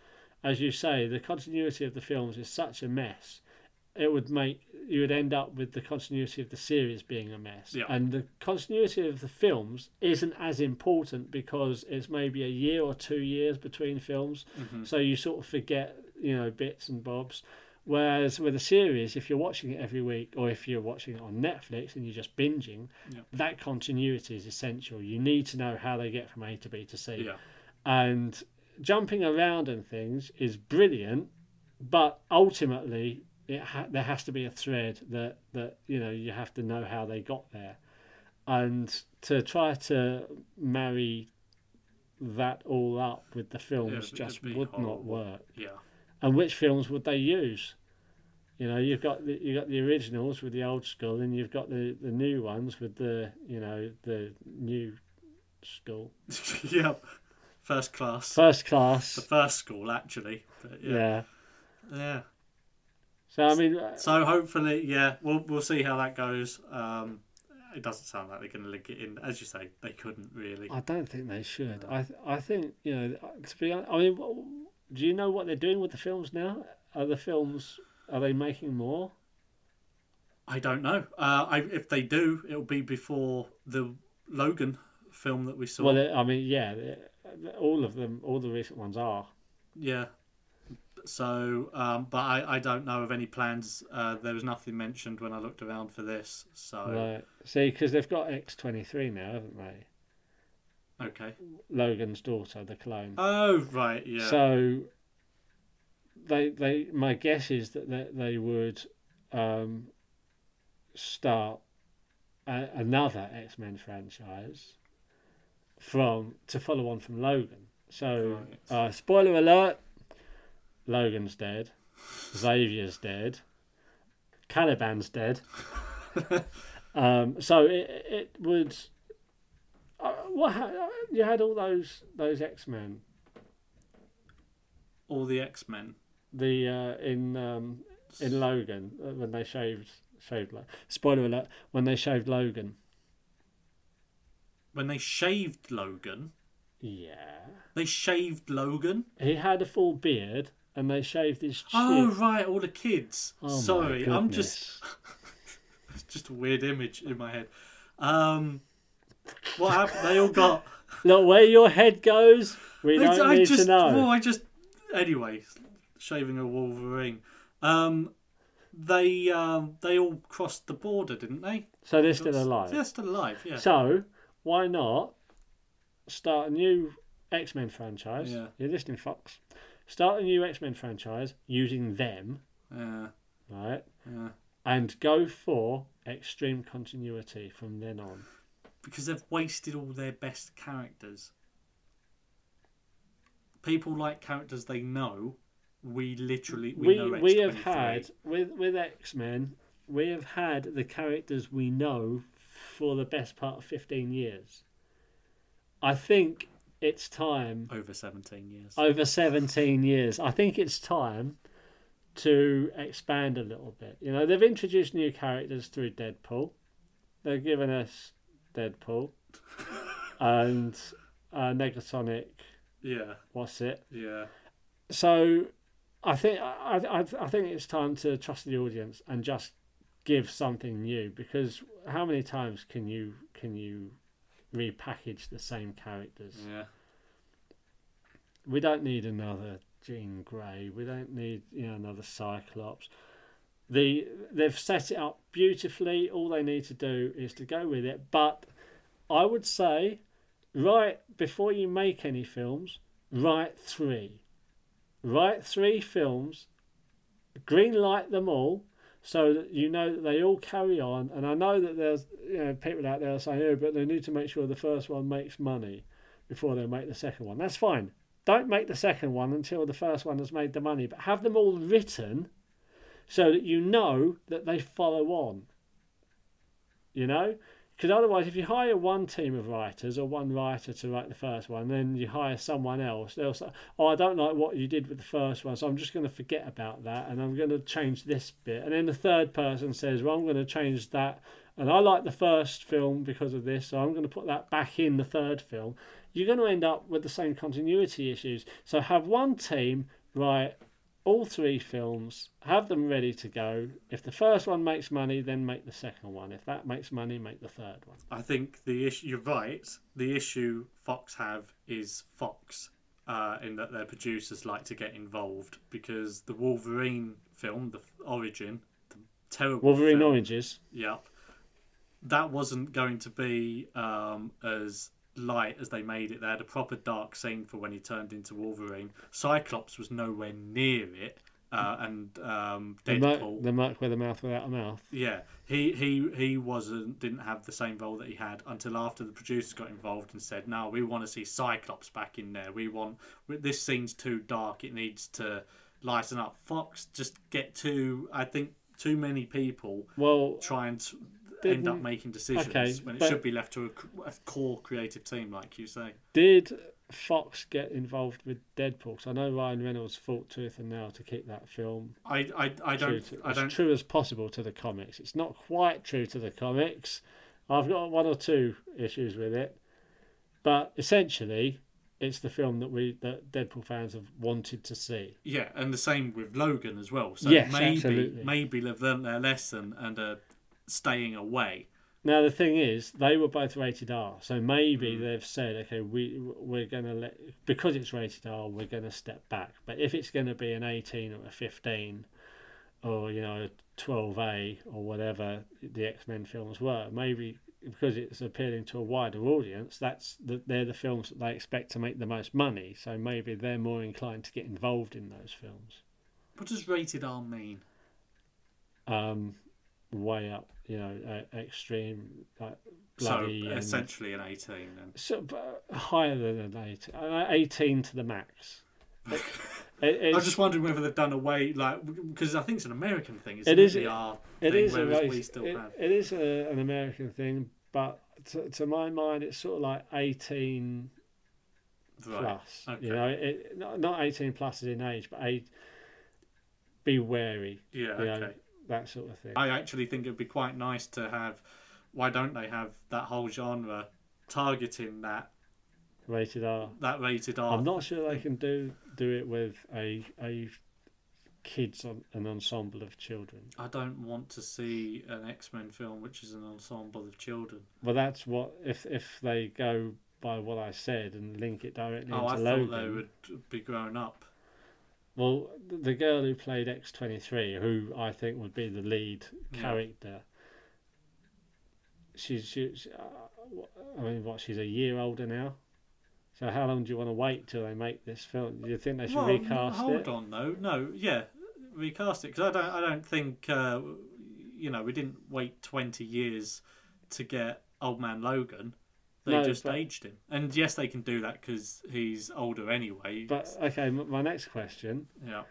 [SPEAKER 1] as you say, the continuity of the films is such a mess. It would make you would end up with the continuity of the series being a mess,
[SPEAKER 2] Yeah.
[SPEAKER 1] and the continuity of the films isn't as important because it's maybe a year or two years between films,
[SPEAKER 2] Mm-hmm.
[SPEAKER 1] so you sort of forget you know bits and bobs. Whereas with a series, if you're watching it every week or if you're watching it on Netflix and you're just binging,
[SPEAKER 2] Yeah.
[SPEAKER 1] that continuity is essential. You need to know how they get from A to B to C.
[SPEAKER 2] Yeah.
[SPEAKER 1] And jumping around and things is brilliant, but ultimately, it ha- there has to be a thread that, that you know you have to know how they got there, and to try to marry that all up with the films
[SPEAKER 2] it'd-
[SPEAKER 1] just
[SPEAKER 2] it'd be
[SPEAKER 1] would not
[SPEAKER 2] horrible.
[SPEAKER 1] work
[SPEAKER 2] Yeah.
[SPEAKER 1] and which films would they use? You know, you've got the, you've got the originals with the old school, and you've got the, the new ones with the you know the new school
[SPEAKER 2] yeah. First class.
[SPEAKER 1] first
[SPEAKER 2] the
[SPEAKER 1] class.
[SPEAKER 2] first school, actually. But
[SPEAKER 1] Yeah.
[SPEAKER 2] yeah. Yeah.
[SPEAKER 1] So I mean, uh,
[SPEAKER 2] So hopefully, yeah, we'll we'll see how that goes. Um, it doesn't sound like they're going to link it in, as you say. They couldn't really.
[SPEAKER 1] I don't think they should. I th- I think you know to be honest. I mean, wh- do you know what they're doing with the films now? Are the films are they making more?
[SPEAKER 2] I don't know. Uh, I, if they do, it'll be before the Logan film that we saw.
[SPEAKER 1] Well, they- I mean, yeah, they- all of them, all the recent ones are.
[SPEAKER 2] yeah. So, um, but I, I don't know of any plans. Uh, there was nothing mentioned when I looked around for this. So
[SPEAKER 1] Right. See, because they've got X twenty three now, haven't they?
[SPEAKER 2] okay.
[SPEAKER 1] Logan's daughter, the clone.
[SPEAKER 2] Oh right, yeah.
[SPEAKER 1] So they they my guess is that they, they would um, start a, another X Men franchise from to follow on from Logan. So
[SPEAKER 2] Right.
[SPEAKER 1] uh, spoiler alert: Logan's dead, Xavier's dead, Caliban's dead. um, so it it would. Uh, what ha- you had all those those X Men
[SPEAKER 2] All the X Men.
[SPEAKER 1] the uh, in um, in Logan uh, when they shaved shaved Lo- spoiler alert when they shaved Logan.
[SPEAKER 2] When they shaved Logan,
[SPEAKER 1] Yeah,
[SPEAKER 2] they shaved Logan.
[SPEAKER 1] he had a full beard and they shaved his chin.
[SPEAKER 2] Oh right, all the kids.
[SPEAKER 1] Oh, my
[SPEAKER 2] Sorry, I'm just
[SPEAKER 1] goodness.
[SPEAKER 2] it's just a weird image in my head. Um, what happened? They all got.
[SPEAKER 1] look where your head goes. We
[SPEAKER 2] I,
[SPEAKER 1] don't
[SPEAKER 2] I
[SPEAKER 1] need
[SPEAKER 2] just.
[SPEAKER 1] to know.
[SPEAKER 2] Well, I just. Anyway, shaving a Wolverine. Um, they um, they all crossed the border, didn't they?
[SPEAKER 1] so they're still alive.
[SPEAKER 2] They're still alive. Yeah.
[SPEAKER 1] So why not start a new X Men franchise?
[SPEAKER 2] Yeah.
[SPEAKER 1] You're listening, Fox. Start a new X Men franchise using them,
[SPEAKER 2] yeah.
[SPEAKER 1] right?
[SPEAKER 2] Yeah.
[SPEAKER 1] And go for extreme continuity from then on.
[SPEAKER 2] Because they've wasted all their best characters. People like characters they know. We literally we
[SPEAKER 1] we
[SPEAKER 2] know
[SPEAKER 1] we have
[SPEAKER 2] X23.
[SPEAKER 1] had with with X Men, we have had the characters we know for the best part of fifteen years. I think it's time
[SPEAKER 2] over seventeen years.
[SPEAKER 1] over seventeen years. I think it's time to expand a little bit. You know, they've introduced new characters through Deadpool. They've given us Deadpool and uh, Negasonic.
[SPEAKER 2] Yeah,
[SPEAKER 1] What's it?
[SPEAKER 2] yeah.
[SPEAKER 1] so I think I, I I think it's time to trust the audience and just give something new because how many times can you can you repackage the same characters?
[SPEAKER 2] Yeah.
[SPEAKER 1] We don't need another Jean Grey. We don't need you know another Cyclops. The they've set it up beautifully. All they need to do is to go with it. But I would say, right before you make any films, write three, write three films, green light them all, so that you know that they all carry on. And I know that there's you know people out there saying, oh, but they need to make sure the first one makes money before they make the second one. That's fine. Don't make the second one until the first one has made the money, but have them all written so that you know that they follow on. You know, Because otherwise, if you hire one team of writers or one writer to write the first one, then you hire someone else, they'll say, "Oh, I don't like what you did with the first one, so I'm just going to forget about that, and I'm going to change this bit." And then the third person says, "Well, I'm going to change that, and I like the first film because of this, so I'm going to put that back in the third film." You're going to end up with the same continuity issues. So have one team write all three films, have them ready to go. If the first one makes money, then make the second one. If that makes money, make the third one.
[SPEAKER 2] I think the issue you're right. The issue Fox have is Fox, uh, in that their producers like to get involved because the Wolverine film, the Origin, the terrible
[SPEAKER 1] Wolverine
[SPEAKER 2] film,
[SPEAKER 1] Oranges.
[SPEAKER 2] Yep, that wasn't going to be um, as light as they made it. They had a proper dark scene for when he turned into Wolverine. Cyclops was nowhere near it, uh, and um,
[SPEAKER 1] The
[SPEAKER 2] Deadpool.
[SPEAKER 1] Merc, the Merc with a mouth without a mouth.
[SPEAKER 2] Yeah, he he he wasn't didn't have the same role that he had until after the producers got involved and said, "No, we want to see Cyclops back in there. We want this scene's too dark. It needs to lighten up." Fox just get too. I think too many people
[SPEAKER 1] Well,
[SPEAKER 2] try and t- end
[SPEAKER 1] Didn't-
[SPEAKER 2] up making decisions
[SPEAKER 1] okay,
[SPEAKER 2] when it
[SPEAKER 1] but-
[SPEAKER 2] should be left to a, c- a core creative team, like you say.
[SPEAKER 1] did Fox get involved with Deadpool? 'Cause I know Ryan Reynolds fought tooth and nail to keep that film
[SPEAKER 2] I I,
[SPEAKER 1] true
[SPEAKER 2] I don't
[SPEAKER 1] to,
[SPEAKER 2] I
[SPEAKER 1] as
[SPEAKER 2] don't
[SPEAKER 1] true as possible to the comics. It's not quite true to the comics. I've got one or two issues with it, but essentially, it's the film that we that Deadpool fans have wanted to see.
[SPEAKER 2] Yeah, and the same with Logan as well. So
[SPEAKER 1] Yes,
[SPEAKER 2] maybe
[SPEAKER 1] absolutely.
[SPEAKER 2] maybe they've learned their lesson and are staying away.
[SPEAKER 1] Now the thing is, they were both rated R, so maybe
[SPEAKER 2] Mm.
[SPEAKER 1] they've said, okay, we we're gonna let because it's rated R, we're gonna step back. But if it's gonna be an eighteen or a fifteen, or you know, twelve A or whatever the X Men films were, maybe because it's appealing to a wider audience, that's the, they're the films that they expect to make the most money. So maybe they're more inclined to get involved in those films.
[SPEAKER 2] What does rated R mean?
[SPEAKER 1] Um, way up, you know, uh, extreme, like bloody. um,
[SPEAKER 2] so
[SPEAKER 1] and-
[SPEAKER 2] essentially an eighteen. Then
[SPEAKER 1] So, but uh, higher than an 18, uh, 18 to the max. It, it,
[SPEAKER 2] I was
[SPEAKER 1] it's-
[SPEAKER 2] just wondering whether they've done away, like, because I think it's an American thing. Isn't
[SPEAKER 1] It
[SPEAKER 2] it
[SPEAKER 1] is-
[SPEAKER 2] the R
[SPEAKER 1] it
[SPEAKER 2] thing,
[SPEAKER 1] is a
[SPEAKER 2] whereas we
[SPEAKER 1] race-
[SPEAKER 2] still
[SPEAKER 1] it-
[SPEAKER 2] have.
[SPEAKER 1] it is a, an American thing, but to, to my mind, it's sort of like 18
[SPEAKER 2] Right.
[SPEAKER 1] plus.
[SPEAKER 2] okay.
[SPEAKER 1] You know, it, not, not 18 plus is in age, but eight, be wary,
[SPEAKER 2] Yeah.
[SPEAKER 1] you
[SPEAKER 2] Okay.
[SPEAKER 1] know, that sort of thing.
[SPEAKER 2] I actually think it'd be quite nice to have. Why don't they have that whole genre targeting that
[SPEAKER 1] Rated R.
[SPEAKER 2] that rated R?
[SPEAKER 1] I'm not sure they can do do it with a a kids on an ensemble of children.
[SPEAKER 2] I don't want to see an X Men film which is an ensemble of children.
[SPEAKER 1] Well, that's what if if they go by what I said and link it directly
[SPEAKER 2] Oh, I
[SPEAKER 1] into
[SPEAKER 2] thought
[SPEAKER 1] Logan.
[SPEAKER 2] they would be grown up.
[SPEAKER 1] Well, th- the girl who played X twenty three, who I think would be the lead
[SPEAKER 2] Yeah.
[SPEAKER 1] character, she's she's. Uh, wh- I mean, what? She's a year older now. So how long do you want to wait till they make this film? Do you think they should
[SPEAKER 2] Well,
[SPEAKER 1] recast
[SPEAKER 2] hold
[SPEAKER 1] it?
[SPEAKER 2] on though. No, yeah, recast it because I don't. I don't think uh, you know we didn't wait twenty years to get Old Man Logan. They
[SPEAKER 1] No,
[SPEAKER 2] just
[SPEAKER 1] but-
[SPEAKER 2] aged him, and yes, they can do that because he's older anyway.
[SPEAKER 1] But okay, m- my next question.
[SPEAKER 2] yeah,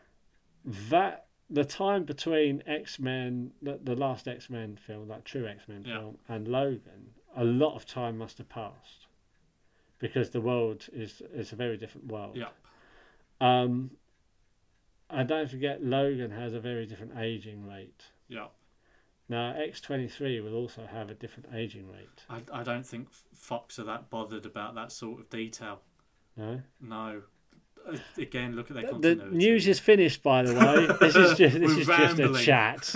[SPEAKER 1] that the time between X Men, the, the last X Men film, that true X Men
[SPEAKER 2] Yeah.
[SPEAKER 1] film, and Logan, a lot of time must have passed because the world is is a very different world.
[SPEAKER 2] yeah,
[SPEAKER 1] Um, and don't forget, Logan has a very different aging rate.
[SPEAKER 2] yeah.
[SPEAKER 1] Now, X twenty three will also have a different aging rate.
[SPEAKER 2] I, I don't think Fox are that bothered about that sort of detail.
[SPEAKER 1] No,
[SPEAKER 2] No. Uh, Again, look at their
[SPEAKER 1] the
[SPEAKER 2] continuity.
[SPEAKER 1] news is finished. By the way, this is just this
[SPEAKER 2] We're
[SPEAKER 1] is just a
[SPEAKER 2] rambling.
[SPEAKER 1] chat.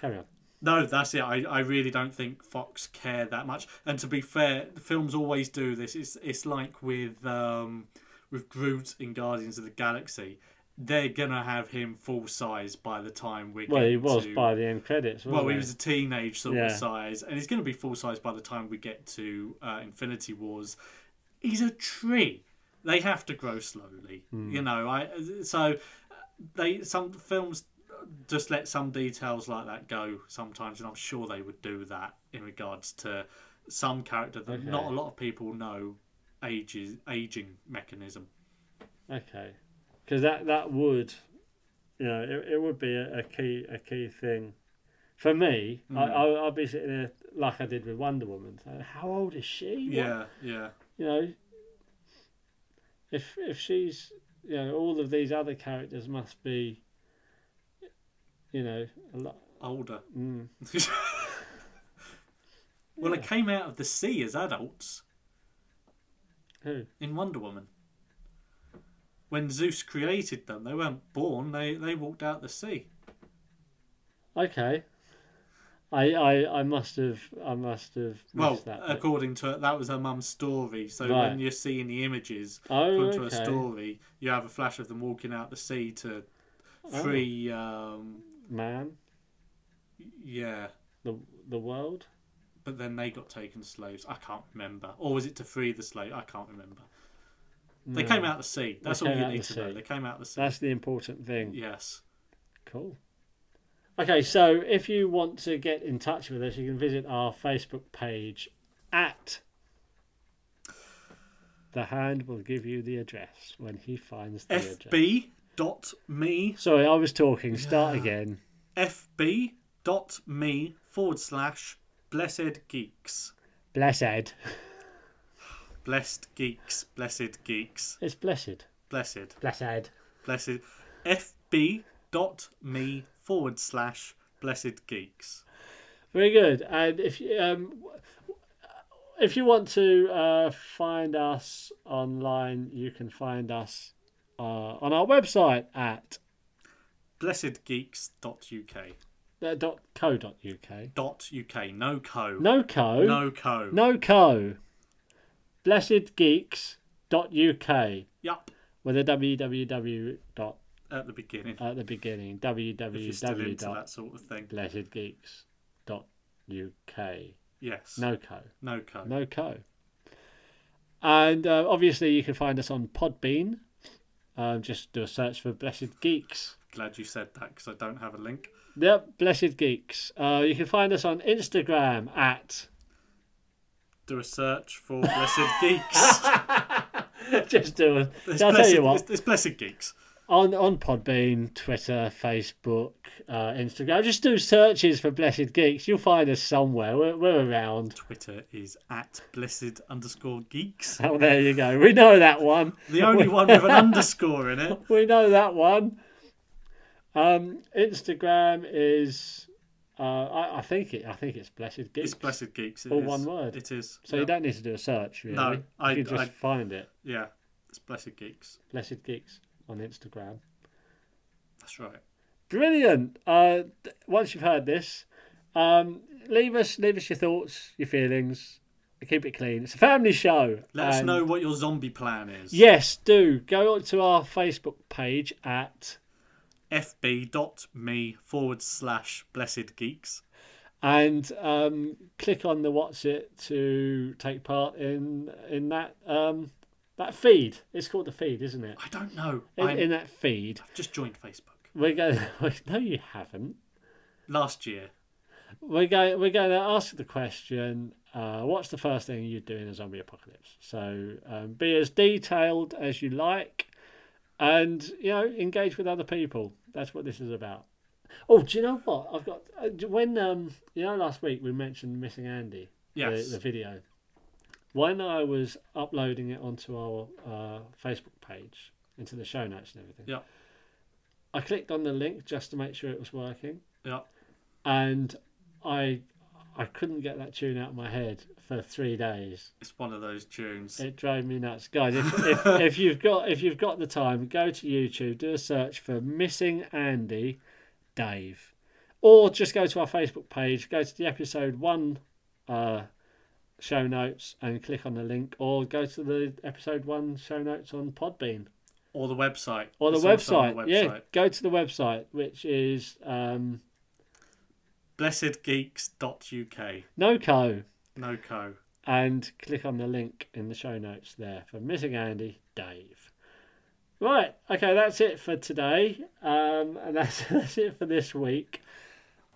[SPEAKER 1] Carry on.
[SPEAKER 2] No, that's it. I, I really don't think Fox care that much. And to be fair, the films always do this. It's it's like with um with Groot in Guardians of the Galaxy. They're gonna have him full size by the time we're
[SPEAKER 1] Well, he
[SPEAKER 2] getting
[SPEAKER 1] was
[SPEAKER 2] to-
[SPEAKER 1] by the end credits. Wasn't
[SPEAKER 2] well, he was a teenage sort
[SPEAKER 1] Yeah.
[SPEAKER 2] of size, and he's going to be full size by the time we get to uh, Infinity Wars. He's a tree. They have to grow slowly,
[SPEAKER 1] Hmm.
[SPEAKER 2] you know. I so uh, they some films just let some details like that go sometimes, and I'm sure they would do that in regards to some character that
[SPEAKER 1] Okay.
[SPEAKER 2] not a lot of people know ages aging mechanism.
[SPEAKER 1] Okay, because that that would, you know, it, it would be a, a key a key thing for me,
[SPEAKER 2] Mm.
[SPEAKER 1] I, I, I'd be sitting there like I did with Wonder Woman. saying, How old is she? What-
[SPEAKER 2] Yeah, yeah.
[SPEAKER 1] you know, if if she's you know all of these other characters must be, you know, a lot.
[SPEAKER 2] Older.
[SPEAKER 1] Mm,
[SPEAKER 2] well, it came out of the sea as adults
[SPEAKER 1] who?
[SPEAKER 2] in Wonder Woman. When Zeus created them, they weren't born, they, they walked out the sea.
[SPEAKER 1] Okay. I, I, I must have I must have missed
[SPEAKER 2] Well,
[SPEAKER 1] that. bit.
[SPEAKER 2] according to that was her mum's story. So
[SPEAKER 1] Right.
[SPEAKER 2] when you're seeing the images
[SPEAKER 1] oh,
[SPEAKER 2] according to
[SPEAKER 1] okay.
[SPEAKER 2] her story, you have a flash of them walking out the sea to
[SPEAKER 1] Oh.
[SPEAKER 2] free um
[SPEAKER 1] Man,
[SPEAKER 2] yeah.
[SPEAKER 1] the the world.
[SPEAKER 2] But then they got taken as slaves. I can't remember. Or was it to free the slave? I can't remember. They
[SPEAKER 1] No.
[SPEAKER 2] came out of the sea. That's all
[SPEAKER 1] came
[SPEAKER 2] you
[SPEAKER 1] out of
[SPEAKER 2] need
[SPEAKER 1] the
[SPEAKER 2] to know.
[SPEAKER 1] sea.
[SPEAKER 2] They came out of the sea.
[SPEAKER 1] That's the important thing.
[SPEAKER 2] Yes.
[SPEAKER 1] Cool. Okay, so if you want to get in touch with us, you can visit our Facebook page at the hand will give you the address when he finds the address.
[SPEAKER 2] FB dot me
[SPEAKER 1] Sorry, I was talking. Start again.
[SPEAKER 2] FB dot me forward slash blessed geeks.
[SPEAKER 1] Blessed.
[SPEAKER 2] Blessed geeks. Blessed geeks.
[SPEAKER 1] It's blessed.
[SPEAKER 2] Blessed.
[SPEAKER 1] Blessed.
[SPEAKER 2] Blessed. FB dot me forward slash blessed geeks.
[SPEAKER 1] Very good. And if you um, w- if you want to uh, find us online, you can find us uh, on our website at
[SPEAKER 2] Blessedgeeks dot UK.
[SPEAKER 1] uh, dot co dot uk.
[SPEAKER 2] Dot UK. No co.
[SPEAKER 1] No co.
[SPEAKER 2] No co.
[SPEAKER 1] No co. Blessedgeeks.uk
[SPEAKER 2] Yup.
[SPEAKER 1] with a www dot
[SPEAKER 2] At the beginning.
[SPEAKER 1] at the beginning.
[SPEAKER 2] if you're still into that
[SPEAKER 1] www.blessedgeeks.uk.
[SPEAKER 2] sort of thing. Yes.
[SPEAKER 1] No co.
[SPEAKER 2] No co.
[SPEAKER 1] No co. And uh, obviously, you can find us on Podbean. Um, just do a search for Blessed Geeks.
[SPEAKER 2] Glad you said that because I don't have a link.
[SPEAKER 1] Yep, Blessed Geeks. Uh, you can find us on Instagram at.
[SPEAKER 2] Do a search for Blessed Geeks.
[SPEAKER 1] just do a.
[SPEAKER 2] It's
[SPEAKER 1] I'll tell
[SPEAKER 2] blessed,
[SPEAKER 1] you what.
[SPEAKER 2] It's, it's blessed geeks.
[SPEAKER 1] on on Podbean, Twitter, Facebook, uh, Instagram. Just do searches for Blessed Geeks. You'll find us somewhere. We're, we're around.
[SPEAKER 2] Twitter is at blessed underscore geeks.
[SPEAKER 1] Oh, there you go. We know that one.
[SPEAKER 2] The only one with an underscore in it.
[SPEAKER 1] We know that one. Um, Instagram is. Uh, I, I think it. I think it's Blessed Geeks.
[SPEAKER 2] It's blessed geeks. It
[SPEAKER 1] All
[SPEAKER 2] is.
[SPEAKER 1] one word.
[SPEAKER 2] It is.
[SPEAKER 1] So you
[SPEAKER 2] Yep.
[SPEAKER 1] don't need to do a search. Really.
[SPEAKER 2] No, I-
[SPEAKER 1] you can just
[SPEAKER 2] I-
[SPEAKER 1] find it.
[SPEAKER 2] Yeah, it's blessed geeks.
[SPEAKER 1] Blessed Geeks on Instagram.
[SPEAKER 2] That's right.
[SPEAKER 1] Brilliant. Uh, th- once you've heard this, um, leave us leave us your thoughts, your feelings. Keep it clean. It's a family show.
[SPEAKER 2] Let us
[SPEAKER 1] and-
[SPEAKER 2] know what your zombie plan is.
[SPEAKER 1] Yes, do go to our Facebook page at
[SPEAKER 2] fb.me forward slash blessed geeks.
[SPEAKER 1] and um, click on the What's It to take part in in that um, that feed. It's called the feed, isn't it?
[SPEAKER 2] I don't know.
[SPEAKER 1] In,
[SPEAKER 2] I'm-
[SPEAKER 1] in that feed,
[SPEAKER 2] I've just joined Facebook
[SPEAKER 1] we're going. no, you haven't.
[SPEAKER 2] last year.
[SPEAKER 1] We're going. We're going to ask the question. Uh, what's the first thing you'd do in a zombie apocalypse? So um, be as detailed as you like, and you know, engage with other people. That's what this is about. Oh, do you know what? I've got uh, d- when um, you know last week we mentioned missing Andy. the-
[SPEAKER 2] Yes.
[SPEAKER 1] The, video. When I was uploading it onto our uh, Facebook page, into the show notes and everything.
[SPEAKER 2] Yeah.
[SPEAKER 1] I clicked on the link just to make sure it was working
[SPEAKER 2] Yeah.
[SPEAKER 1] and I I couldn't get that tune out of my head for three days.
[SPEAKER 2] It's one of those tunes.
[SPEAKER 1] It drove me nuts, guys. If, if, if you've got if you've got the time, go to YouTube, do a search for missing Andy, Dave, or just go to our Facebook page, go to the episode one. Uh, show notes and click on the link or go to the episode one show notes on podbean
[SPEAKER 2] Or the website.
[SPEAKER 1] or the
[SPEAKER 2] It's also on
[SPEAKER 1] website.
[SPEAKER 2] the
[SPEAKER 1] yeah go to the website which is um
[SPEAKER 2] Blessedgeeks.uk.
[SPEAKER 1] noco
[SPEAKER 2] No co.
[SPEAKER 1] and click on the link in the show notes there for missing Andy Dave. Right, okay, that's it for today, um, and that's that's it for this week.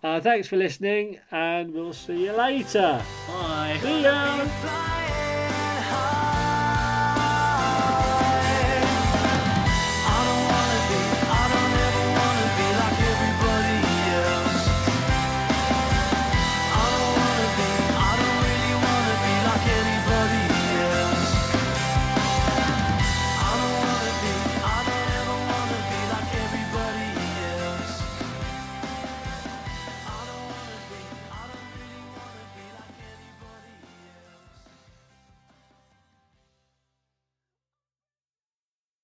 [SPEAKER 1] Uh, thanks for listening, and we'll see you later.
[SPEAKER 2] Bye.
[SPEAKER 1] See ya.
[SPEAKER 4] flying.